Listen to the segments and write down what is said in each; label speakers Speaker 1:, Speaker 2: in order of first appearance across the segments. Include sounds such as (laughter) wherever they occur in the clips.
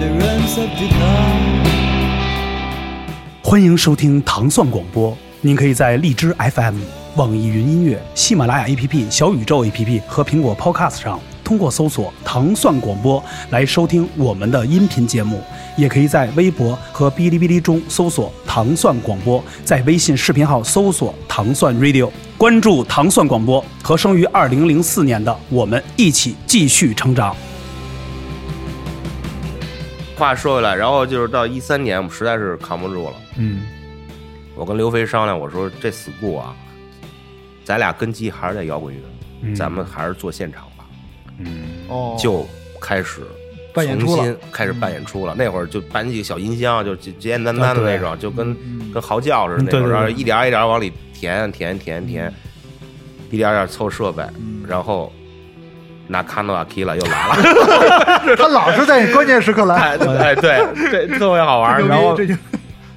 Speaker 1: 的人 Decepticon。
Speaker 2: 欢迎收听糖蒜广播，您可以在荔枝 FM、网易云音乐、喜马拉雅 APP、小宇宙 APP 和苹果 Podcast 上，通过搜索“糖蒜广播”来收听我们的音频节目，也可以在微博和哔哩哔哩中搜索“糖蒜广播”，在微信视频号搜索“糖蒜 Radio”，关注“糖蒜广播”，和生于二零零四年的我们一起继续成长。
Speaker 3: 话说回来，然后就是到一三年，我们实在是扛不住了。
Speaker 2: 嗯，
Speaker 3: 我跟刘飞商量，我说这 school 啊，咱俩根基还是在摇滚乐，
Speaker 4: 嗯
Speaker 3: 咱们还是做现场吧，
Speaker 4: 哦，
Speaker 3: 就开始
Speaker 4: 办演出
Speaker 3: 重
Speaker 4: 了
Speaker 3: 新，开始办演出了。那会儿就搬几个小音箱，就就简简单单的那
Speaker 4: 啊
Speaker 3: 种，就跟
Speaker 4: 嗯
Speaker 3: 跟嚎叫似的那
Speaker 2: 对对
Speaker 3: 种，
Speaker 2: 对
Speaker 3: 然后一点儿一点儿往里填填填填，一点儿一点儿凑设备，
Speaker 4: 嗯
Speaker 3: 然后拿卡诺瓦基了又来
Speaker 4: (laughs)
Speaker 3: 了。
Speaker 4: 他老是在关键时刻
Speaker 3: (laughs)
Speaker 4: 来，
Speaker 3: 哎，对，这特别好玩儿。
Speaker 4: 牛逼
Speaker 3: 然后
Speaker 4: 这就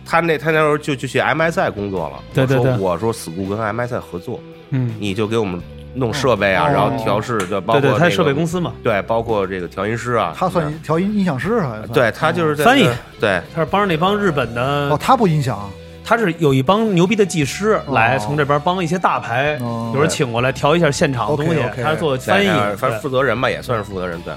Speaker 3: 他那他那时候就就去 MSI 工作了。
Speaker 2: 对对对
Speaker 3: 我说我说 school 跟 MSI 合作，
Speaker 2: 嗯，
Speaker 3: 你就给我们弄设备啊，
Speaker 4: 哦
Speaker 3: 然后调试，就包括
Speaker 2: 对对，
Speaker 3: 那
Speaker 2: 他
Speaker 3: 个
Speaker 2: 是设备公，司嘛，
Speaker 3: 对，包括这个调音师啊，
Speaker 4: 他算
Speaker 3: 嗯
Speaker 4: 调音音响师好像算，
Speaker 3: 对他就是在
Speaker 2: 翻译，
Speaker 3: 对
Speaker 5: 他是帮着那帮日本
Speaker 4: 哦，
Speaker 5: 的，
Speaker 4: 他不音响，
Speaker 5: 他是有一帮牛逼的技师
Speaker 4: 哦
Speaker 5: 来从这边帮一些大牌，
Speaker 4: 哦
Speaker 5: 有人请过来调一下现场的东西
Speaker 4: OK，OK，
Speaker 5: 他是做
Speaker 3: 在
Speaker 5: 翻译
Speaker 3: 那儿，反正
Speaker 5: 对
Speaker 3: 负责人吧，也算是负责人，对。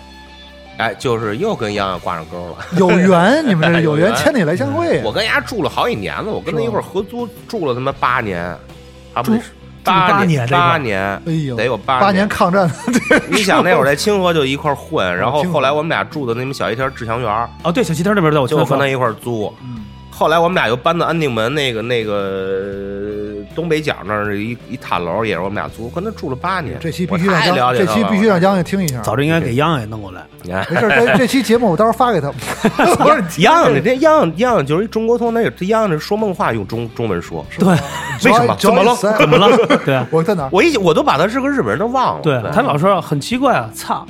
Speaker 3: 哎，就是又跟洋洋挂上钩了。
Speaker 4: 有缘，你们这有
Speaker 3: 有缘
Speaker 4: 缘千里来相
Speaker 3: (laughs)
Speaker 4: 会，
Speaker 3: 我跟人家住了好几年了，我跟他
Speaker 4: 是吧
Speaker 3: 一块儿合租住了他妈八年，啊不
Speaker 4: 住
Speaker 3: 是八
Speaker 5: 八年这一块儿
Speaker 3: 八年，
Speaker 4: 哎呦，
Speaker 3: 得有八
Speaker 4: 八 (laughs) 年抗战，
Speaker 3: 你想那会儿在清河就一块儿混，然后
Speaker 4: 清河
Speaker 3: 后来我们俩住的那么小一条志强园儿，
Speaker 5: 哦，对，小西天那边在我
Speaker 3: 就
Speaker 5: 听
Speaker 3: 我
Speaker 5: 说
Speaker 3: 跟他一块儿租。
Speaker 4: 嗯
Speaker 3: 后来我们俩又搬到安定门那个那个呃东北角那儿一一塔楼，也是我们俩租，我跟他住了八年。
Speaker 4: 这期
Speaker 3: 我
Speaker 4: 必须让
Speaker 3: 太了
Speaker 4: 江，
Speaker 3: 解
Speaker 4: 这
Speaker 3: 他
Speaker 4: 期
Speaker 3: 了
Speaker 4: 必须让江江听一下，
Speaker 2: 早知应该给央央也弄过来。
Speaker 3: 你
Speaker 4: (laughs)
Speaker 3: 看
Speaker 4: 没事，这
Speaker 3: (laughs)
Speaker 4: 这期节目我到时候发给他，不是
Speaker 3: 一样的，这一样一样就是一中国通，那个一样的说梦话用中中文说，
Speaker 5: 对，
Speaker 3: 为什么怎么了？
Speaker 5: 怎么
Speaker 3: (laughs)
Speaker 5: 了？对啊，
Speaker 4: 我在哪儿？
Speaker 3: 我一我都把他是个日本人都忘了。
Speaker 5: 对啊他老说很奇怪啊，操！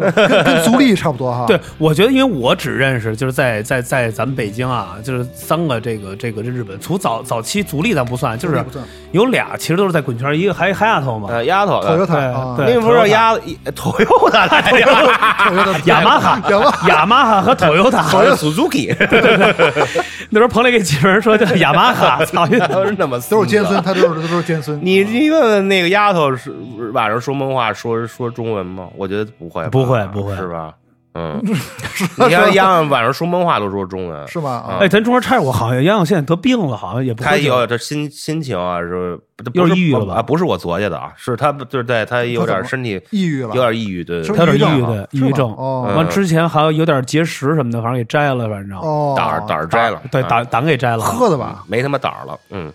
Speaker 4: 跟跟足力差不多哈。
Speaker 5: 对，，我觉得因为我只认识就是在在在咱们北京啊，就是三个这个这个这日本，从早早期足力咱不算，就是
Speaker 4: 不算
Speaker 5: 有俩其实都是在滚圈，一个还还丫头嘛，
Speaker 3: 呃丫头
Speaker 4: 口油
Speaker 3: 的，
Speaker 4: 塔啊，
Speaker 5: 对
Speaker 3: 那不是鸭子头哎油的
Speaker 4: (laughs)
Speaker 3: 来着，
Speaker 4: 口油塔，
Speaker 5: 雅马哈
Speaker 4: 雅马哈，
Speaker 5: 雅马哈和 Toyota。
Speaker 3: (laughs) 好像 Suzuki，
Speaker 4: (laughs)
Speaker 5: 那时候彭磊给几个人说叫雅马哈，
Speaker 3: (laughs)
Speaker 5: 操！
Speaker 3: 都是那么
Speaker 4: 都是尖
Speaker 3: (laughs) 孙。
Speaker 4: 孙，他都是都是尖孙。
Speaker 3: 你你问问那个丫头是晚上说梦话说说中文吗？我觉得不会吧，
Speaker 5: 不会不会
Speaker 3: 是吧？
Speaker 5: (laughs)
Speaker 3: 嗯，你看丫头晚上说梦话都说中文，
Speaker 4: 是吗？啊
Speaker 5: 哎，咱中间插一我好像杨永现在得病了，好像也不
Speaker 3: 她
Speaker 5: 喝酒
Speaker 3: 有点心心情啊，是不
Speaker 5: 又
Speaker 3: 不
Speaker 5: 是
Speaker 3: 是
Speaker 5: 抑郁了吧
Speaker 3: 啊，不是我昨天的啊，是她就是在她有点身体
Speaker 4: 抑郁了，
Speaker 3: 有点抑郁，对，
Speaker 4: 是不
Speaker 5: 他
Speaker 3: 她
Speaker 4: 是
Speaker 5: 有点抑
Speaker 4: 抑郁症啊是
Speaker 5: 郁的抑郁
Speaker 4: 吗
Speaker 5: 症，
Speaker 4: 哦
Speaker 5: 完之前还有有点结石什么的，反正给摘了，反正
Speaker 4: 哦，
Speaker 3: 胆儿胆儿摘了，
Speaker 5: 对
Speaker 3: 嗯
Speaker 5: 胆胆给摘了。
Speaker 4: 喝的吧？
Speaker 3: 没他妈胆儿了，嗯，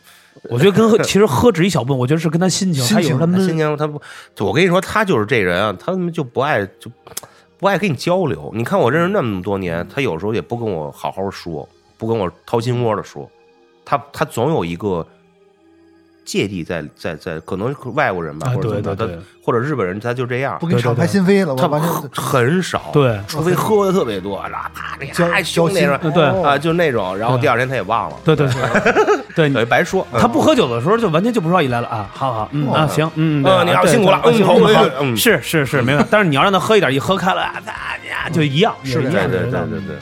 Speaker 5: 我觉得跟喝其实喝只一小部分，我觉得是跟他心情，
Speaker 4: 心
Speaker 5: 他有时候他
Speaker 3: 她
Speaker 4: 嗯
Speaker 3: 心
Speaker 5: 闷。
Speaker 3: 情她不，我跟你说，她就是这人啊，她他妈就不爱就不爱跟你交流。你看我认识那么多年，她有时候也不跟我好好说，不跟我掏心窝的说，她她总有一个芥蒂在在在，可能是外国人吧，
Speaker 5: 啊
Speaker 3: 或者
Speaker 5: 对
Speaker 3: 怎么
Speaker 5: 对
Speaker 3: 的，
Speaker 5: 对
Speaker 3: 她或者日本人，他就这样
Speaker 4: 不，给你
Speaker 5: 对对
Speaker 4: 敞开
Speaker 5: 对
Speaker 4: 心扉了，我
Speaker 3: 他
Speaker 4: 完全
Speaker 3: 喝很少，
Speaker 5: 对
Speaker 3: 除非喝的特别多，然后啪，你
Speaker 4: 交
Speaker 3: 还
Speaker 4: 交
Speaker 3: 兄弟
Speaker 4: 心
Speaker 3: 说，
Speaker 5: 嗯对
Speaker 4: 哦
Speaker 3: 啊，就那种，然后第二天他也忘了，
Speaker 5: 对对
Speaker 3: (laughs)
Speaker 5: 对对，
Speaker 3: 等
Speaker 5: 你
Speaker 3: 于白说，嗯
Speaker 5: 他不喝酒的时候就完全就不说一来了啊，好好，嗯
Speaker 4: 哦
Speaker 5: 啊行，嗯，对
Speaker 3: 嗯你要
Speaker 5: 对
Speaker 3: 辛苦了
Speaker 5: 对
Speaker 3: 嗯
Speaker 5: 辛苦
Speaker 3: 头回
Speaker 5: 好
Speaker 3: 嗯
Speaker 5: 是是是，没有。但是你要让他喝一点，一喝开了啊，他呀就一样，
Speaker 4: 是
Speaker 5: 也
Speaker 4: 这
Speaker 5: 一
Speaker 3: 对
Speaker 5: 样
Speaker 4: 样
Speaker 3: 对
Speaker 5: 是这
Speaker 3: 对
Speaker 5: 样
Speaker 3: 对对，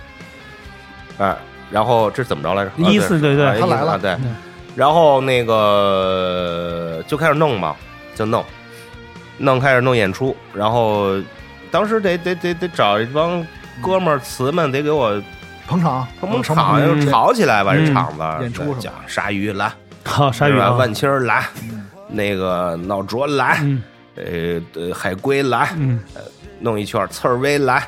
Speaker 3: 哎，然后这是怎么着来着？啊
Speaker 5: 一四对对
Speaker 3: 啊
Speaker 4: 他来了
Speaker 3: 啊对，
Speaker 5: 嗯
Speaker 3: 然后那个就开始弄嘛，就弄，弄开始弄演出，然后当时得得得得找一帮哥们儿词们得给我
Speaker 4: 捧场，
Speaker 3: 捧捧
Speaker 4: 场
Speaker 3: 场，
Speaker 5: 嗯
Speaker 3: 就吵起来吧，这
Speaker 5: 嗯
Speaker 3: 场子
Speaker 4: 演出什么的
Speaker 3: 讲鲨鱼来，
Speaker 5: 好，鲨鱼
Speaker 3: 是吧
Speaker 5: 啊，
Speaker 3: 万青儿来，那个脑浊来，
Speaker 5: 嗯
Speaker 3: 呃呃海龟来，呃
Speaker 5: 嗯，
Speaker 3: 弄一圈儿，刺儿威来，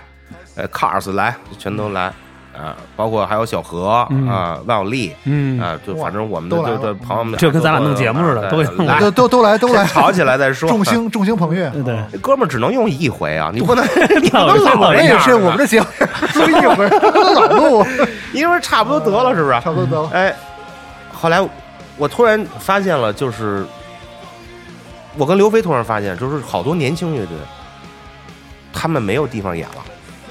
Speaker 3: 呃，Cars 来，就全都来啊，包括还有小何
Speaker 5: 嗯
Speaker 3: 啊，万有利
Speaker 5: 嗯，
Speaker 3: 啊，就
Speaker 4: 哇
Speaker 3: 反正我们的
Speaker 4: 都来
Speaker 3: 就
Speaker 4: 了
Speaker 3: 就朋友们
Speaker 5: 就跟咱俩弄节目似的
Speaker 3: 都哎
Speaker 5: 都给弄
Speaker 3: 来
Speaker 4: 都
Speaker 3: (laughs)
Speaker 4: 都都来都来
Speaker 3: 先，吵
Speaker 4: (laughs)
Speaker 3: 起来再说。
Speaker 4: 众星众星捧月。
Speaker 5: 嗯对对，
Speaker 3: (laughs) 哥们儿只能用一回啊，你不能
Speaker 5: (laughs)
Speaker 3: 你不
Speaker 5: 老
Speaker 3: 能老
Speaker 5: 老
Speaker 3: 这
Speaker 4: 也
Speaker 3: 样
Speaker 4: 是
Speaker 3: 儿
Speaker 4: 我们
Speaker 3: 吧
Speaker 4: 这节目说一回老录，
Speaker 3: (laughs) 你说差不多得了是不是？
Speaker 4: (laughs) 差不多得了。
Speaker 3: 哎，后来我突然发现了，就是我跟刘飞突然发现，就是好多年轻乐队，他们没有地方演了。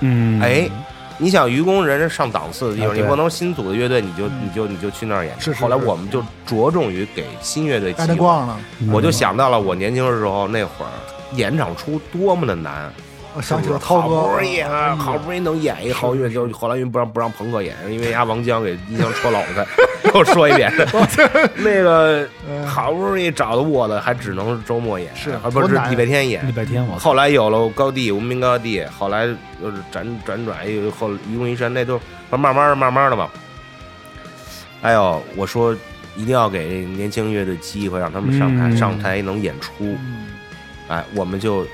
Speaker 5: 嗯，
Speaker 3: 哎，你想愚公人家上档次的地
Speaker 5: 啊
Speaker 3: 方，你
Speaker 5: 对嗯
Speaker 3: 不能新组的乐队你就你就你就去那儿演。
Speaker 4: 是是
Speaker 3: 后来
Speaker 4: 是
Speaker 3: 我们就着重于给新乐队
Speaker 4: 带
Speaker 3: 机
Speaker 4: 灯
Speaker 3: 会，
Speaker 4: 光了，
Speaker 5: 嗯
Speaker 3: 我就想到了我年轻的时候那会儿演场出多么的难，
Speaker 4: 我想起了
Speaker 3: 好
Speaker 4: 涛哥嗯
Speaker 3: 不，容易啊，好不容易能演一个好乐，就后来因为不让不让朋克演，因为压王江给音箱戳脑袋。
Speaker 4: (laughs)
Speaker 3: 又说一遍， (laughs) 那个
Speaker 4: 嗯
Speaker 3: 好不容易找到我的，还只能是周末演，
Speaker 4: 是
Speaker 3: 啊，不
Speaker 4: 多
Speaker 3: 是
Speaker 4: 难
Speaker 3: 礼拜天演
Speaker 5: 礼。拜天我
Speaker 3: 后来有了高地，无名高地，后来又是辗辗转，又后愚公移山，那都慢慢的、慢慢的吧。哎呦，我说一定要给年轻乐队机会，让他们上台，
Speaker 5: 嗯
Speaker 3: 上台能演出。
Speaker 4: 嗯，
Speaker 3: 哎，我们就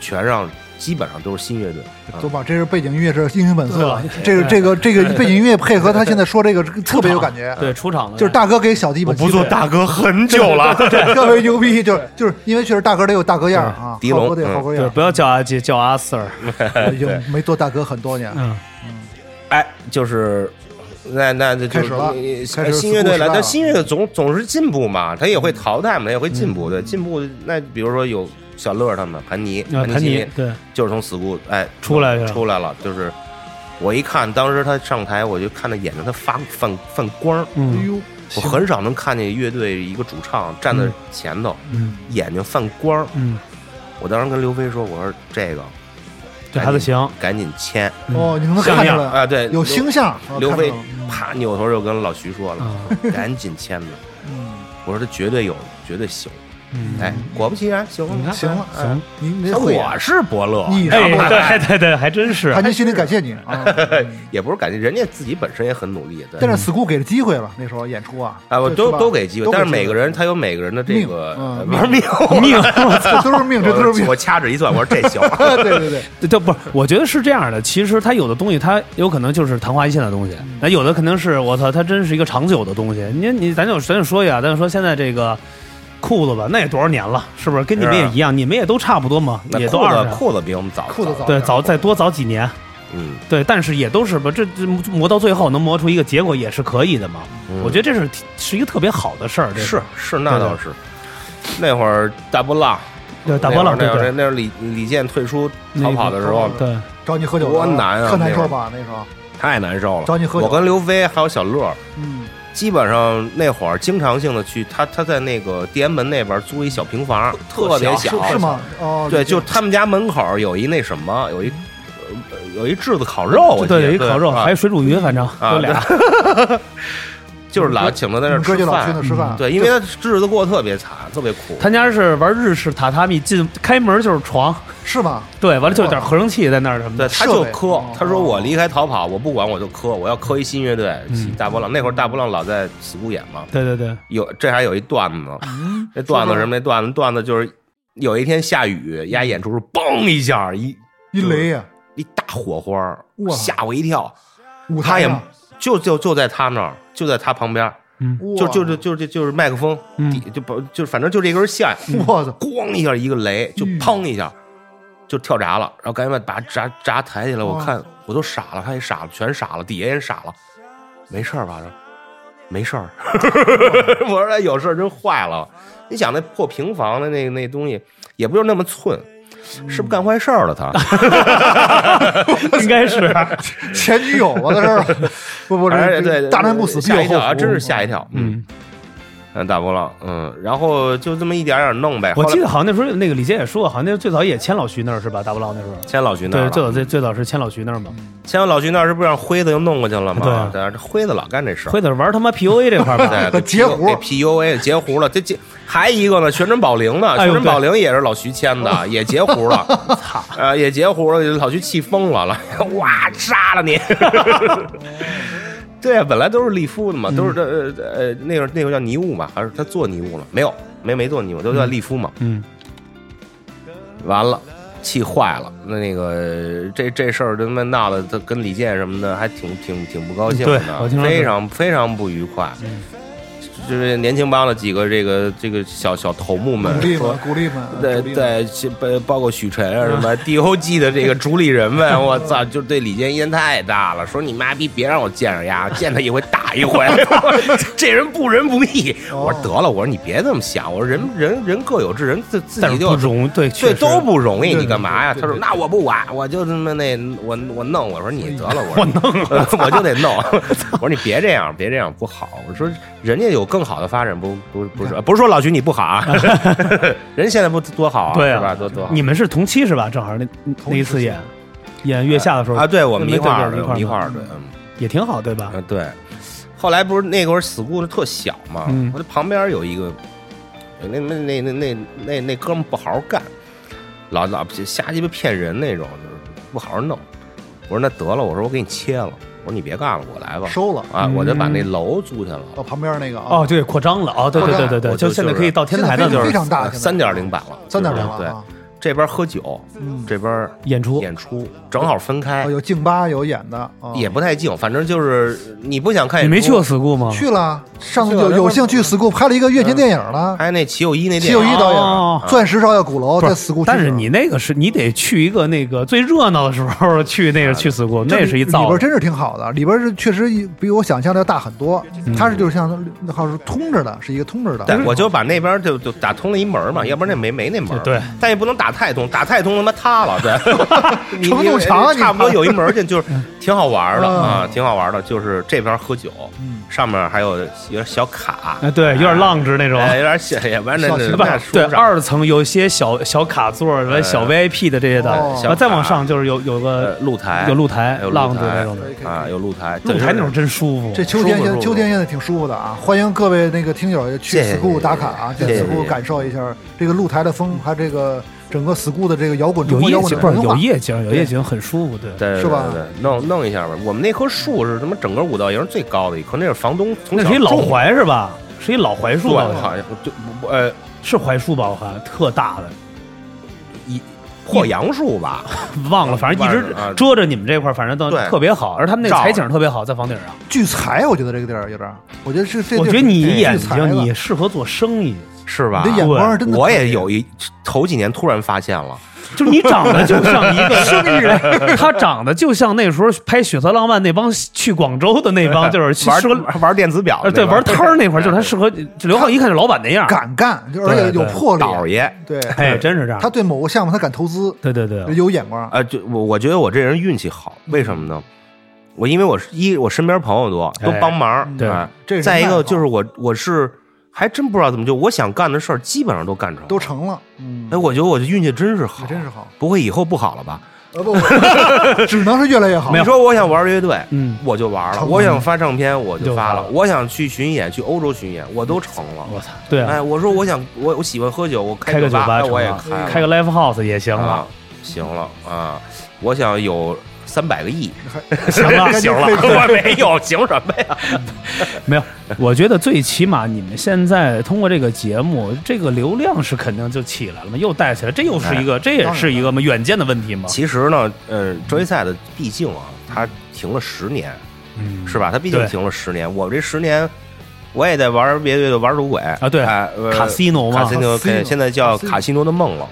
Speaker 3: 全让，基本上都是新乐队。
Speaker 5: 嗯
Speaker 3: 啊
Speaker 4: 走吧，这是背景音乐是英雄本色
Speaker 5: 对，
Speaker 4: 这个这个这
Speaker 5: (laughs)
Speaker 4: 个背景音乐配合他现在说这个这个特别有感觉，
Speaker 5: 对出场了，
Speaker 4: 就是大哥给小弟们机会 (laughs)
Speaker 3: 哥很久了，
Speaker 4: 特别牛逼，就是就是因为确实大哥得有大哥样儿啊，
Speaker 3: 对
Speaker 4: 浩哥得
Speaker 3: 狄
Speaker 4: 有
Speaker 3: 龙
Speaker 4: 浩哥
Speaker 5: 对
Speaker 4: 样
Speaker 5: 不要叫阿杰叫阿 Sir，
Speaker 4: 儿，已经没做大哥很
Speaker 3: (laughs)
Speaker 4: 多年，
Speaker 5: 嗯，
Speaker 3: 哎，就是。那那就
Speaker 4: 开始了
Speaker 3: 就是
Speaker 4: 开始
Speaker 3: 新乐队
Speaker 4: 复古时代
Speaker 3: 了，
Speaker 4: 了
Speaker 3: 但新乐队总总是进步嘛，他也会淘汰嘛，他也会进
Speaker 5: 嗯
Speaker 3: 步。对，进步。那比如说有小乐他们，盘尼，
Speaker 5: 啊
Speaker 3: 盘
Speaker 5: 盘尼
Speaker 3: 尼
Speaker 5: 对
Speaker 3: 就是从 school 哎
Speaker 5: 出来的
Speaker 3: 出来了，就是我一看，当时他上台，我就看他眼睛他发泛泛光儿，
Speaker 4: 哎
Speaker 5: 嗯
Speaker 4: 呦，
Speaker 3: 我
Speaker 4: 行
Speaker 3: 很少能看见乐队一个主唱站在
Speaker 5: 嗯
Speaker 3: 前头，
Speaker 5: 嗯
Speaker 3: 眼睛泛光儿。
Speaker 5: 嗯，
Speaker 3: 我当时跟刘飞说，我说这个
Speaker 5: 这孩子行，
Speaker 3: 赶紧签
Speaker 4: 哦，你能
Speaker 5: 像
Speaker 4: 看出
Speaker 5: 样
Speaker 4: 来
Speaker 3: 啊，对，
Speaker 4: 有星象，我
Speaker 3: 刘
Speaker 4: 看
Speaker 3: 飞
Speaker 4: 到了
Speaker 3: 啪扭头就跟老徐说了，
Speaker 5: 啊
Speaker 3: 赶紧签吧。
Speaker 4: 嗯
Speaker 3: 我说他绝对有，绝对行。
Speaker 5: 嗯
Speaker 3: 哎，果不其然，行
Speaker 5: 你看
Speaker 3: 了，
Speaker 4: 行了
Speaker 3: 哎
Speaker 5: 行，
Speaker 4: 你你得会
Speaker 3: 我啊是伯乐，
Speaker 4: 你
Speaker 5: 哎对对对，还真是
Speaker 4: 潘金心里感谢你
Speaker 3: (laughs)
Speaker 4: 啊，嗯
Speaker 3: 也不是感觉人家自己本身也很努力，对
Speaker 4: 但是 school 给了机会了，那时候演出啊，
Speaker 3: 啊，我
Speaker 4: 对
Speaker 3: 都
Speaker 4: 是吧
Speaker 3: 都给机会
Speaker 4: 都，给
Speaker 3: 但是
Speaker 4: 机会
Speaker 3: 每个人他有每个人的这
Speaker 4: 命
Speaker 3: 个
Speaker 4: 嗯
Speaker 3: 呃
Speaker 4: 命
Speaker 3: 玩命，
Speaker 5: 命，
Speaker 4: 这
Speaker 3: (laughs)
Speaker 4: 都是命，
Speaker 5: (laughs)
Speaker 4: 这都是
Speaker 3: 我
Speaker 4: 命，
Speaker 3: 我掐指一算，我说这行，
Speaker 4: (laughs) 对对对，
Speaker 5: 对对，不是，我觉得是这样的。其实它有的东西，它有可能就是昙花一现的东西，
Speaker 3: 嗯
Speaker 5: 那有的肯定是我操，它真是一个长久的东西。你你，咱就咱就说一下，咱就说现在这个裤子吧，那也多少年了，是不是？跟你们
Speaker 3: 是啊
Speaker 5: 也一样，你们也都差不多嘛，
Speaker 3: 那
Speaker 5: 也都
Speaker 3: 裤
Speaker 5: 二十
Speaker 3: 子
Speaker 5: 了，
Speaker 3: 裤子比我们早，
Speaker 4: 裤
Speaker 3: (laughs)
Speaker 4: 子早
Speaker 5: 对，早再多早几年，
Speaker 3: 嗯，
Speaker 5: 对，但是也都是吧，这这磨到最后能磨出一个结果也是可以的嘛。
Speaker 3: 嗯
Speaker 5: 我觉得这是是一个特别好的事儿，这个
Speaker 3: 是是，那倒是。那会儿大波浪，
Speaker 5: 对大波浪
Speaker 3: 那
Speaker 5: 对
Speaker 3: 会儿
Speaker 5: 对
Speaker 3: 那会儿李李健退出
Speaker 5: 那
Speaker 3: 逃
Speaker 5: 个
Speaker 3: 跑的时候，
Speaker 5: 对，
Speaker 4: 找你喝酒
Speaker 3: 多难啊
Speaker 4: 特难受吧那时候，
Speaker 3: 太难受了。
Speaker 4: 找你喝酒
Speaker 3: 我跟刘飞还有小乐，
Speaker 4: 嗯，
Speaker 3: 基本上那会儿经常性的去他他在那个地安门那边租一小平房，特别
Speaker 4: 是是吗？哦，
Speaker 3: 啊对，就他们家门口有一那什么，有一呃有一炙子烤肉，我记得
Speaker 5: 对，有一烤肉，
Speaker 3: 啊
Speaker 5: 还有水煮鱼，反正
Speaker 3: 啊
Speaker 5: 有俩，
Speaker 3: 就是老请他在
Speaker 4: 你
Speaker 3: 那儿
Speaker 4: 们哥
Speaker 3: 吃
Speaker 4: 就老去
Speaker 3: 饭嗯
Speaker 4: 那。吃饭，
Speaker 3: 对，因为他日子过得特别惨，特别苦。
Speaker 5: 他家是玩日式榻榻米，进开门就是床，
Speaker 4: 是吗？
Speaker 5: 对，完了就有点合成器在那儿什么
Speaker 3: 对，
Speaker 5: 的，
Speaker 3: 他就
Speaker 4: 设备
Speaker 3: 磕
Speaker 4: 哦，
Speaker 3: 他说我离开逃跑，我不管，我就磕，我要磕一新乐队，
Speaker 5: 嗯
Speaker 3: 大波浪。那会儿大波浪老在死谷演嘛，
Speaker 5: 对对对，
Speaker 3: 有这还有一段子呢，
Speaker 4: 嗯，
Speaker 3: 那段子什么？那段子段子就是有一天下雨，
Speaker 4: 嗯
Speaker 3: 丫演出时候嘣一下一
Speaker 4: 一雷呀，
Speaker 3: 一大火花儿，
Speaker 4: 哇
Speaker 3: 吓我一跳。
Speaker 4: 舞
Speaker 3: 他
Speaker 4: 台
Speaker 3: 也
Speaker 4: 上
Speaker 3: 就就就在他那儿，就在他旁边儿，
Speaker 5: 嗯，
Speaker 3: 就就就就就就是麦克风
Speaker 5: 嗯
Speaker 3: 底就不就反正就这根线，
Speaker 4: 我操，
Speaker 3: 咣一下一个雷，就
Speaker 4: 嗯
Speaker 3: 砰一下就跳闸了，然后赶紧把把闸闸抬起来，我
Speaker 4: 哇
Speaker 3: 看我都傻了，他也傻了，全傻了，底下也傻了，没事儿吧？没
Speaker 4: (laughs)
Speaker 3: 事儿，我说哎有事儿真坏了。你想那破平房的那那东西，也不就那么寸，
Speaker 4: 嗯
Speaker 3: 是不是干坏事儿了他？
Speaker 5: 应该是
Speaker 3: (laughs)
Speaker 4: 前女友啊，在这儿， (laughs) 不不，
Speaker 3: 哎，
Speaker 4: 这
Speaker 3: 对，对
Speaker 4: 大难不死必
Speaker 3: 吓
Speaker 4: 有
Speaker 3: 一跳啊，
Speaker 4: 后福，
Speaker 3: 真是吓一跳。
Speaker 5: 嗯，
Speaker 3: 嗯，大波浪，嗯，然后就这么一点点弄呗。
Speaker 5: 我
Speaker 3: 后来
Speaker 5: 记得好像那时候那个李健也说，好像那最早也签老徐那儿是吧？大波浪那时候，
Speaker 3: 签老徐那
Speaker 5: 对，
Speaker 3: 儿了，嗯
Speaker 5: 最早最最早是签老徐那儿嘛。
Speaker 3: 签完老徐那儿，这不让辉子又弄过去了吗？
Speaker 5: 对
Speaker 3: 对，这辉子老干这事儿。
Speaker 5: 辉子是玩他妈 PUA 这块儿吧？
Speaker 3: (laughs) 对，给
Speaker 4: 截胡
Speaker 3: 给 PUA 截胡了，这截还一个呢，全真保龄呢，
Speaker 5: 哎呦
Speaker 3: 全真保龄也是老徐签的，也截胡
Speaker 5: (laughs)
Speaker 3: 了，操，呃，也截胡了，老徐气疯了，了， (laughs) 哇，杀了你！ (laughs) 对啊，本来都是利夫的嘛，都是这呃呃那会儿那会儿叫尼物嘛，还是他做尼物了？没有，没没做尼物，都叫利夫嘛。
Speaker 5: 嗯，
Speaker 3: 完了，气坏了。那那个这这事儿他妈闹的，他跟李健什么的还挺挺挺不高兴
Speaker 5: 对我
Speaker 3: 的
Speaker 5: 听，说
Speaker 3: 非
Speaker 5: 是
Speaker 3: 常非常不愉快。就是年轻帮的几个这个这个小小头目
Speaker 4: 鼓
Speaker 3: 们
Speaker 4: 励
Speaker 3: 说
Speaker 4: 们，，鼓励们，
Speaker 3: 对
Speaker 4: 鼓励们，
Speaker 3: 对，其包包括许晨啊什么 DOG 的这个主理人们，我操，就对李健意见太大了，说你妈逼别让我见着丫，见他一回打一回，这人不仁不义。我说得了，我说你别这么想，我说人人人各有志，人自自
Speaker 5: 但
Speaker 3: 己
Speaker 5: 是
Speaker 3: 就
Speaker 5: 不容对，确
Speaker 3: 这
Speaker 5: 实
Speaker 3: 都不容易，你干嘛呀？
Speaker 4: 对
Speaker 3: 他说
Speaker 4: 对
Speaker 3: 那我不管，我就他妈那我我弄，我说呃你 (laughs) 得了，我说我弄，我就得弄。我说你别这样，别这样不好。我说人家有更好的发展，不不不是不是说老徐你不好啊， (laughs) 人现在不多好啊，
Speaker 5: 对啊
Speaker 3: 是吧？多多好
Speaker 5: 你们是同期是吧？正好那那一次演演月下的时候
Speaker 3: 啊！对，我们
Speaker 5: 对
Speaker 3: 一块儿
Speaker 5: 对对
Speaker 3: 的，
Speaker 5: 一
Speaker 3: 我
Speaker 5: 块儿
Speaker 3: 们
Speaker 5: 的
Speaker 3: 一块儿的，嗯
Speaker 5: 也挺好，对吧？
Speaker 3: 啊，对。后来不是那会儿 school 特小嘛，
Speaker 5: 嗯
Speaker 3: 我这旁边有一个，那那那那那那那哥们不好好干，老老瞎鸡巴骗人那种，就是不好好弄。我说那得了，我说我给你切了，我说你别干了，我来吧。
Speaker 4: 收了
Speaker 3: 啊，我就把
Speaker 5: 嗯
Speaker 3: 那楼租下了。
Speaker 4: 到旁边那个啊
Speaker 5: 哦，，对，扩张了哦，对对对对对，
Speaker 3: 我就
Speaker 5: 现在
Speaker 3: 就是
Speaker 5: 可以到天台
Speaker 4: 现在
Speaker 5: 的
Speaker 4: 非
Speaker 5: 就
Speaker 3: 就是
Speaker 4: 非常大现在
Speaker 3: 三点零版了，
Speaker 4: 三点零
Speaker 3: 就是
Speaker 4: 了
Speaker 3: 对，
Speaker 4: 啊，
Speaker 3: 这边喝酒，
Speaker 4: 嗯，
Speaker 3: 这边
Speaker 5: 演出，
Speaker 3: 演出，正好分开
Speaker 4: 哦，有静吧有演的，啊
Speaker 3: 也不太近，反正就是你不想看演
Speaker 5: 你
Speaker 3: 出。
Speaker 5: 没去过 school 吗？
Speaker 4: 去了，上次
Speaker 3: 去了呃
Speaker 4: 有
Speaker 3: 然后
Speaker 4: 有幸去 school 拍了一个月前电影了，
Speaker 3: 拍那齐友一那
Speaker 4: 齐
Speaker 3: 电
Speaker 4: 友
Speaker 3: 影
Speaker 4: 一导
Speaker 5: 哦
Speaker 4: 演《钻石照耀鼓楼》
Speaker 5: 不
Speaker 4: 在
Speaker 5: 是
Speaker 4: school，
Speaker 5: 但
Speaker 4: 取
Speaker 5: 是
Speaker 4: 景
Speaker 5: 你那个是你得去一个那个最热闹的时候去那个去 school，
Speaker 4: 这
Speaker 5: 那是一
Speaker 4: 里
Speaker 5: 造
Speaker 4: 边真是挺好的，里边是确实比我想象的要大很多。
Speaker 5: 嗯
Speaker 4: 它是就是像那好像是通着的，是一个通着的。
Speaker 3: 啊对，我就把那边就就打通了一门嘛，要不然那没没那门。
Speaker 5: 对，
Speaker 3: 但也不能打太通，打太通他妈塌了。
Speaker 5: (laughs)
Speaker 3: 对，你
Speaker 4: 承重墙啊
Speaker 3: 你
Speaker 4: 你
Speaker 3: 差不多有一门去，就是挺好玩的
Speaker 4: 嗯
Speaker 3: 啊，挺好玩的。就是这边喝酒，
Speaker 4: 嗯
Speaker 3: 上面还有有点小卡，
Speaker 5: 哎，对，有点浪直那种。
Speaker 3: 哎，有点小，也不然那
Speaker 4: 小
Speaker 3: 那
Speaker 4: 型
Speaker 5: 不
Speaker 3: 那
Speaker 5: 是
Speaker 3: 书
Speaker 5: 对，
Speaker 3: 上
Speaker 5: 二层有一些小小卡座、
Speaker 3: 哎
Speaker 5: 小 VIP 的这些的，
Speaker 4: 哦
Speaker 5: 然后再往
Speaker 3: 小卡
Speaker 5: 上就是有有
Speaker 3: 呃
Speaker 5: 个
Speaker 3: 露台
Speaker 5: 有露台
Speaker 3: 有、露
Speaker 5: 浪子
Speaker 3: 台
Speaker 5: 那种
Speaker 4: 哎
Speaker 5: 的，
Speaker 3: 啊，有露台，
Speaker 5: 露台那种真舒服。
Speaker 4: 这秋天
Speaker 3: 舒服
Speaker 4: 现
Speaker 3: 舒服
Speaker 4: 秋天现在挺舒服的啊！欢迎各位那个听友去
Speaker 3: 谢谢
Speaker 4: school 打卡啊，
Speaker 3: 谢
Speaker 4: 去
Speaker 3: 谢谢谢
Speaker 4: school 感受一下这个露台的风，还有这个整个 school 的这个摇滚中
Speaker 5: 有
Speaker 4: 国
Speaker 5: 夜
Speaker 4: 摇滚
Speaker 5: 景，
Speaker 4: 的
Speaker 5: 不是
Speaker 4: 文
Speaker 5: 有
Speaker 4: 化。
Speaker 5: 夜景，有夜景很舒服，对。
Speaker 3: 对
Speaker 4: 是吧
Speaker 3: 对对，对弄弄一下吧。我们那棵树是他妈整个五道营最高的一棵，那是房东从
Speaker 5: 那
Speaker 3: 小
Speaker 5: 是一老
Speaker 3: 种的，
Speaker 5: 槐是吧？是一老槐
Speaker 3: 对，
Speaker 5: 树啊吧？我看
Speaker 3: 好像就不呃
Speaker 5: 是槐树吧？我看特大的，
Speaker 3: 破杨树吧，
Speaker 5: 忘了，反正一
Speaker 3: 忘
Speaker 5: 直
Speaker 3: 了啊
Speaker 5: 遮着你们这块儿，反正都
Speaker 3: 对
Speaker 5: 特别好。而他们那个
Speaker 3: 照
Speaker 5: 采
Speaker 3: 着
Speaker 5: 景特别好，在房顶上。
Speaker 4: 聚财，我觉得这个地儿有点儿，我觉得是这。
Speaker 5: 我觉得你
Speaker 4: 这地儿
Speaker 5: 眼
Speaker 4: 聚财了
Speaker 5: 睛你适合做生意，
Speaker 3: 是吧
Speaker 4: 你的？眼光是真的可以，
Speaker 3: 我也有一头几年突然发现了，
Speaker 5: 就是你长得就像一个生意人， (laughs) 他长得就像那时候拍《血色浪漫》那帮去广州的那帮，就是去
Speaker 3: 玩
Speaker 5: 适合
Speaker 3: 玩电子表的
Speaker 5: 呃
Speaker 3: 那
Speaker 5: 对
Speaker 3: 边，
Speaker 5: 玩摊儿那块儿，就是他适合就刘浩一看就是老板那样。
Speaker 4: 敢干，就而且有
Speaker 5: 对对
Speaker 4: 魄
Speaker 3: 倒
Speaker 4: 力。
Speaker 3: 爷。
Speaker 4: 对，
Speaker 5: 哎，真是这样哎
Speaker 4: 他。对某个项目他敢投资，
Speaker 5: 对对对，
Speaker 4: 有眼光。
Speaker 3: 呃，就我我觉得我这人运气好，为什么呢？我因为我是一我身边朋友多，都
Speaker 5: 哎
Speaker 3: 帮忙，
Speaker 5: 对
Speaker 3: 哎
Speaker 4: 这人
Speaker 3: 再一
Speaker 4: 脉
Speaker 3: 个
Speaker 4: 好
Speaker 3: 就是我我是还真不知道怎么就我想干的事儿基本上都干成了，
Speaker 4: 都成了，嗯
Speaker 3: 哎，，我觉得我的运气真是好，
Speaker 4: 还真是
Speaker 3: (laughs)
Speaker 4: 好。
Speaker 3: 不会以后不好了吧？
Speaker 4: 呃不， (laughs) 只能是越来越好。
Speaker 5: 没
Speaker 3: 你
Speaker 5: 有
Speaker 3: 说我想玩乐队，
Speaker 5: 嗯，
Speaker 3: 我就玩了；
Speaker 4: 成
Speaker 3: 我想发唱片，我
Speaker 5: 就
Speaker 3: 就
Speaker 5: 发
Speaker 3: 发了；
Speaker 5: 了
Speaker 3: 我想去巡演，去欧洲巡演，我都成了。
Speaker 5: 我操，对啊，
Speaker 3: 哎，我说我想我我喜欢喝酒，我
Speaker 5: 开个
Speaker 3: 酒
Speaker 5: 酒吧
Speaker 3: 哎
Speaker 5: 成
Speaker 3: 我也
Speaker 5: 了
Speaker 3: 开了
Speaker 5: 开个 live house 也行了
Speaker 3: 啊，，行了啊，我想有三百个亿，
Speaker 5: (laughs) 行
Speaker 3: (laughs)
Speaker 5: 了，
Speaker 4: 行了
Speaker 3: 我没有，行什么呀？
Speaker 5: (laughs) 没有，我觉得最起码你们现在通过这个节目，这个流量是肯定就起来了嘛，又带起来，这又是一
Speaker 3: 哎
Speaker 5: 个，这也是一个嘛远见的问题嘛。
Speaker 3: 其实呢，呃，周一赛的毕竟啊，他停了十年，
Speaker 5: 嗯
Speaker 3: 是吧？他毕
Speaker 5: 对
Speaker 3: 竟停了十年，我这十年。我也在玩别的乐队，玩赌鬼啊
Speaker 5: 对
Speaker 3: 哎呃
Speaker 5: 卡西诺嘛
Speaker 3: 卡
Speaker 5: (laughs)
Speaker 3: 西诺，
Speaker 4: 卡西诺
Speaker 3: 对现在
Speaker 4: 卡
Speaker 3: 叫
Speaker 4: 西诺
Speaker 3: 卡西诺的梦了。